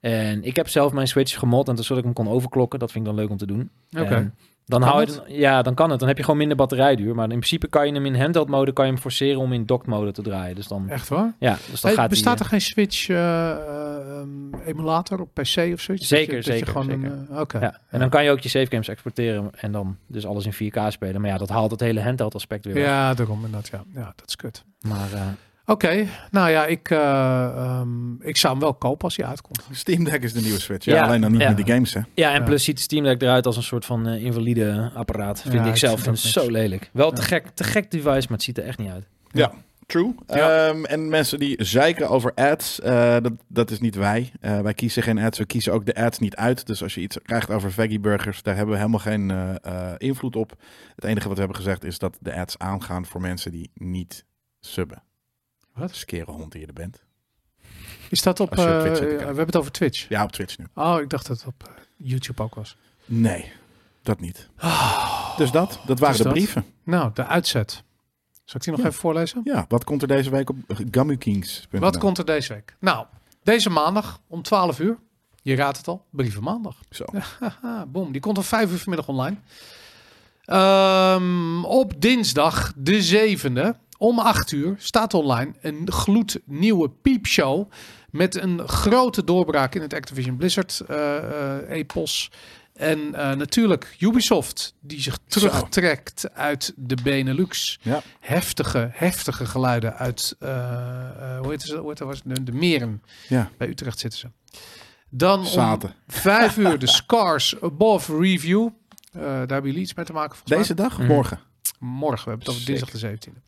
En ik heb zelf mijn Switch gemod en toen zodat ik hem kon overklokken. Dat vind ik dan leuk om te doen.
Oké.
En Dan
Kan
hou je het- ja, dan kan het. Dan heb je gewoon minder batterijduur. Maar in principe kan je hem in handheld mode kan je hem forceren om in docked mode te draaien. Dus dan,
Echt waar?
ja, dus dan
Hey,
gaat
bestaat
die,
er geen Switch eh, eh, ehm, emulator op PC of zoiets? Dat je-
Zeker,
dat je
zeker,
gewoon een,
zeker.
eh, Oké.
eh, ja. En dan kan je ook je save games exporteren en dan dus alles in 4K spelen. Maar ja, dat haalt het hele handheld aspect weer
Ja.
weg.
daarom inderdaad. Ja, ja dat is kut.
Maar eh,
Oké, nou ja, ik, eh, ehm, ik zou hem wel kopen als hij uitkomt.
Steam Deck is de nieuwe Switch. Ja,
Ja.
alleen dan niet
Ja.
met die games, hè.
Ja, en
Ja.
plus ziet Steam Deck eruit als een soort van eh, invalide apparaat. Vind
Ja,
ik
ik
zelf.
vind het ook
Vind het zo
niks.
lelijk. Wel te
Ja.
gek, te gek device, maar het ziet er echt niet uit.
True.
Ja.
Ehm, en mensen die zeiken over ads, eh, dat, dat is niet wij. Eh, wij kiezen geen ads, we kiezen ook de ads niet uit. Dus als je iets krijgt over veggie burgers, daar hebben we helemaal geen eh, eh, invloed op. Het enige wat we hebben gezegd is dat de ads aangaan voor mensen die niet subben.
Wat?
Skere hond die je er bent.
Is dat op...
Als je op
eh,
Twitch zit te
eh, we
kijken.
hebben het over Twitch.
Ja, op Twitch nu.
Oh, ik dacht dat het op eh, YouTube ook was.
Nee, dat niet. Dus dat, dat waren
Dus
de
dat.
brieven.
Nou, de uitzet. Zal ik die nog
Ja.
even voorlezen?
Ja, wat komt er deze week op gummykings.nl?
Wat komt er deze week? Nou, deze maandag om 12 uur. Je raadt het al, brieven maandag.
Zo.
Haha, boom. Die komt om vijf uur vanmiddag online. Ehm, op dinsdag de 7e om 8 uur staat online een gloednieuwe piepshow met een grote doorbraak in het Activision Blizzard eh, eh, epos. En eh, natuurlijk Ubisoft die zich terugtrekt uit de Benelux.
Ja.
Heftige, heftige geluiden uit eh, eh, hoe heet ze? Hoe heet dat? De, de meren.
Ja.
Bij Utrecht zitten ze. Dan om
Zaten.
Vijf uur de Scars Above Review. Eh, daar hebben jullie iets mee te maken volgens
Deze dag of
Mhm.
morgen?
mij. Morgen, we hebben het over
Sick.
dinsdag de 17e.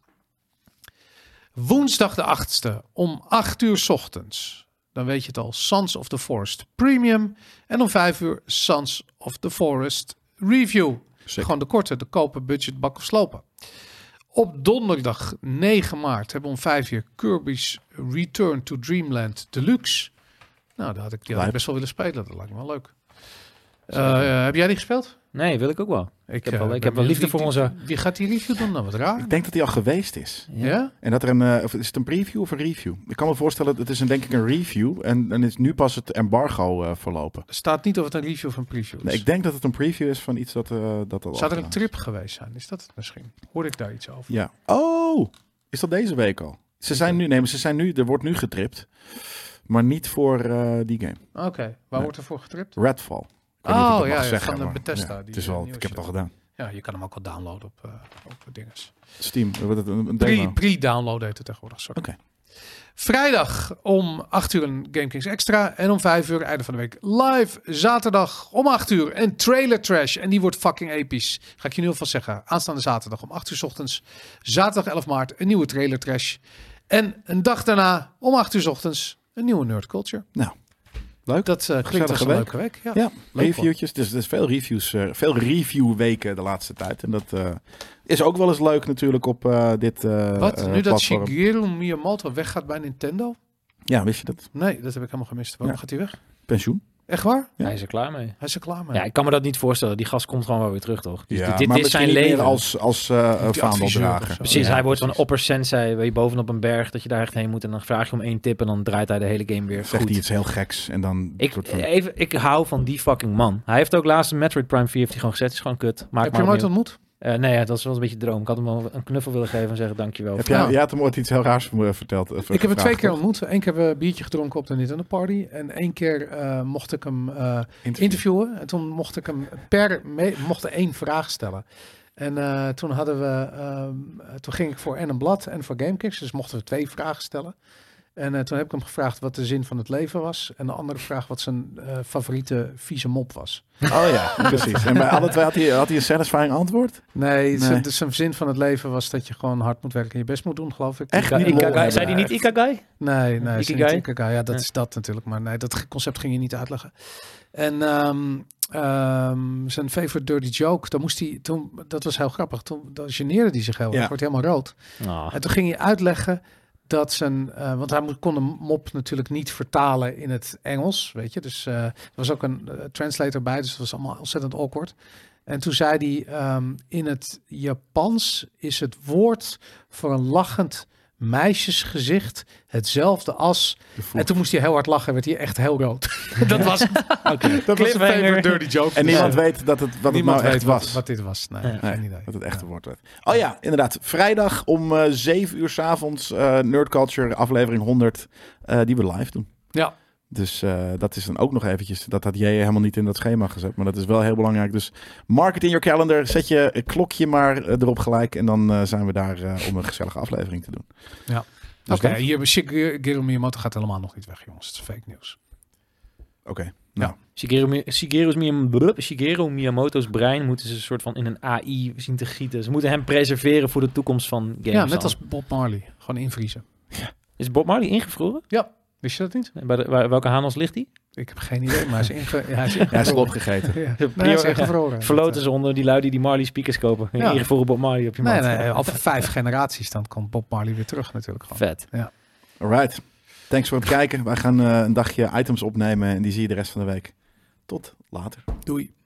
Woensdag de 8e om 8 uur 's ochtends. Dan weet je het al, Sons of the Forest Premium. En om 5 uur Sons of the Forest Review.
Sick.
Gewoon de korte, de kopen, budget, bak of slopen. Op donderdag 9 maart hebben we om 5 uur Kirby's Return to Dreamland Deluxe. Nou, daar had ik, die had ik
Lijp.
best wel willen spelen. Dat lijkt me wel leuk.
Zeker.
Eh, heb jij die gespeeld?
Nee, wil ik ook wel.
Ik,
heb
eh,
wel- ik
ben
heb wel
benieuwd.
liefde
Wie-
voor
wie-
onze-
Wie gaat die review doen dan? Wat raar.
Ik denk dat die al geweest is.
Ja?
En dat er een, eh, of is het een preview of een review? Ik kan me voorstellen, het is een, denk ik een review en dan is nu pas het embargo eh, verlopen.
Er staat niet of het een review of een preview is.
Nee, ik denk dat het een preview is van iets dat... eh, dat al
Zou Dus- er een
afgelaten
trip geweest zijn? Is dat het misschien? Hoor ik daar iets over?
is. Ja. Oh, is dat deze week al? Ze zijn nu, nee, maar ze zijn nu, er wordt nu getript, maar niet voor eh, die game.
Oké, waar
Nee.
wordt er voor getript?
Redfall. Ik weet
Oh,
niet of ik dat
ja,
mag
ja,
zeggen,
van de
maar,
Bethesda,
ja,
die,
het is
eh,
wel,
nieuwe
ik heb het al
shit.
gedaan.
Ja, je kan hem ook al downloaden op, eh op dinges.
Steam, eh, wordt het een, een
Pre-
demo.
Pre-download heet het tegenwoordig. Sorry.
Oké.
Vrijdag om 8 uur een GameKings Extra. En om 5 uur, einde van de week, live. Zaterdag om 8 uur een trailer trash. En die wordt fucking episch. Ga ik je nu alvast zeggen. Aanstaande zaterdag om 8 uur 's ochtends. Zaterdag 11 maart een nieuwe trailer trash. En een dag daarna om 8 uur 's ochtends een nieuwe Nerd Culture.
Nou,
leuk. Dat eh, klinkt als
Gezellige
een leuke week. Ja.
Ja,
Leuk,
reviewtjes. Dus er is veel reviews, eh, veel reviewweken de laatste tijd. En dat eh, is ook wel eens leuk natuurlijk op eh, dit eh,
Wat?
eh,
nu dat
platform.
Shigeru Miyamoto weggaat bij Nintendo?
Ja, wist je dat?
Nee, dat heb ik helemaal gemist. Waarom
Ja.
gaat hij weg?
Pensioen.
Echt waar?
Ja.
Hij is er klaar mee.
Hij is er klaar mee.
Ja, ik kan me dat niet voorstellen. Die gast komt gewoon wel weer terug, toch? Dus dit dit
maar
is
misschien
zijn
niet meer
leven.
als, als eh,
Die adviseur
vaandeldrager.
of zo.
Precies,
Ja,
hij wordt zo'n
precies.
opper sensei weet je, bovenop een berg dat je daar echt heen moet. En dan vraag je om één tip en dan draait hij de hele game weer
Zegt
goed.
hij iets heel geks en dan...
Ik,
soort
eh,
van-
even, ik hou van die fucking man. Hij heeft ook laatst een Metroid Prime 4 heeft hij gewoon gezet. is gewoon kut. Maak
Heb je
maar
hem ooit
opnieuw.
ontmoet?
Eh, nee, ja, dat is wel een beetje de droom. Ik had hem wel een knuffel willen geven en zeggen dankjewel.
heb
voor-
jij,
Ja.
jij had hem ooit iets heel raars eh, verteld. of
Ik heb hem
gevraagd,
twee keer
toch?
ontmoet. Eén keer hebben we een biertje gedronken op de Nintendo Party. En één keer eh, mocht ik hem eh, interviewen. En toen mocht ik hem per me- mocht er één vraag stellen. En eh, toen hadden we, ehm, eh, toen ging ik voor en een blad en voor GameKicks. Dus mochten we twee vragen stellen. En eh, toen heb ik hem gevraagd wat de zin van het leven was. En de andere vraag wat zijn eh, favoriete vieze mop was.
Oh ja, precies. En bij alle twee had hij, had hij een satisfying antwoord?
Nee,
Nee.
Zijn, zijn zin van het leven was dat je gewoon hard moet werken en je best moet doen, geloof ik.
Echt?
Ika-
niet lol
Ikagai.
hebben.
Zei die niet Ikagai?
Nee, nee. is niet
Ikigai?
Ikigai. Ja, dat
Ja.
is dat natuurlijk. Maar nee, dat ge- concept ging je niet uitleggen. En ehm, ehm, zijn favorite dirty joke, daar moest hij, toen, dat was heel grappig. Toen dan geneerde hij zich heel erg,
Ja.
wordt helemaal rood.
Ah.
En toen ging hij uitleggen dat zijn, eh, want hij mo- kon de mop natuurlijk niet vertalen in het Engels, weet je. Dus eh, er was ook een eh, translator bij, dus dat was allemaal ontzettend awkward. En toen zei hij, ehm, in het Japans is het woord voor een lachend meisjesgezicht hetzelfde als... En toen moest hij heel hard lachen, werd hij echt heel rood. dat was,
Oké.
dat was een
Cliffhanger.
favorite dirty joke.
En
Dus,
niemand
eh,
weet dat het, wat het
niemand
nou echt
weet wat-
was.
Wat, dit was, nee,
Nee.
geen idee.
dat het echte woord werd. Oh ja, inderdaad. Vrijdag om eh 7 uur s'avonds eh Nerd Culture aflevering 100, eh, die we live doen.
Ja.
Dus eh, dat is dan ook nog eventjes, dat had jij helemaal niet in dat schema gezet, maar dat is wel heel belangrijk. Dus mark it in your calendar, zet je eh, klokje maar eh, erop gelijk en dan eh, zijn we daar eh, om een gezellige aflevering te doen.
Ja.
Dus
Oké,
dat-
hier Shig- Shigeru Miyamoto gaat helemaal nog niet weg, jongens. Het is fake nieuws.
Oké.
Shigeru, Mi- Shigeru's Miyam- blub, Shigeru Miyamoto's brein moeten ze een soort van in een AI zien te gieten. Ze moeten hem preserveren voor de toekomst van games.
ja, net
dan.
als Bob Marley. Gewoon invriezen.
Is Bob Marley ingevroren?
Wist je dat niet?
Bij de- waar- welke Hanos ligt hij?
Ik heb geen idee, maar hij is, inge ja, hij is ingevroren.
Ja, is erop gegeten.
Ja.
De
Nee, hij is
prior-
ingevroren.
Verloten ze onder die lui die die Marley speakers kopen.
Ja.
Ingevroren Bob Marley op je
Nee,
mat.
nee, over vijf generaties dan komt Bob Marley weer terug natuurlijk gewoon.
Vet.
Alright. Thanks voor het kijken. Wij gaan eh, een dagje items opnemen en die zie je de rest van de week. Tot later.
Doei.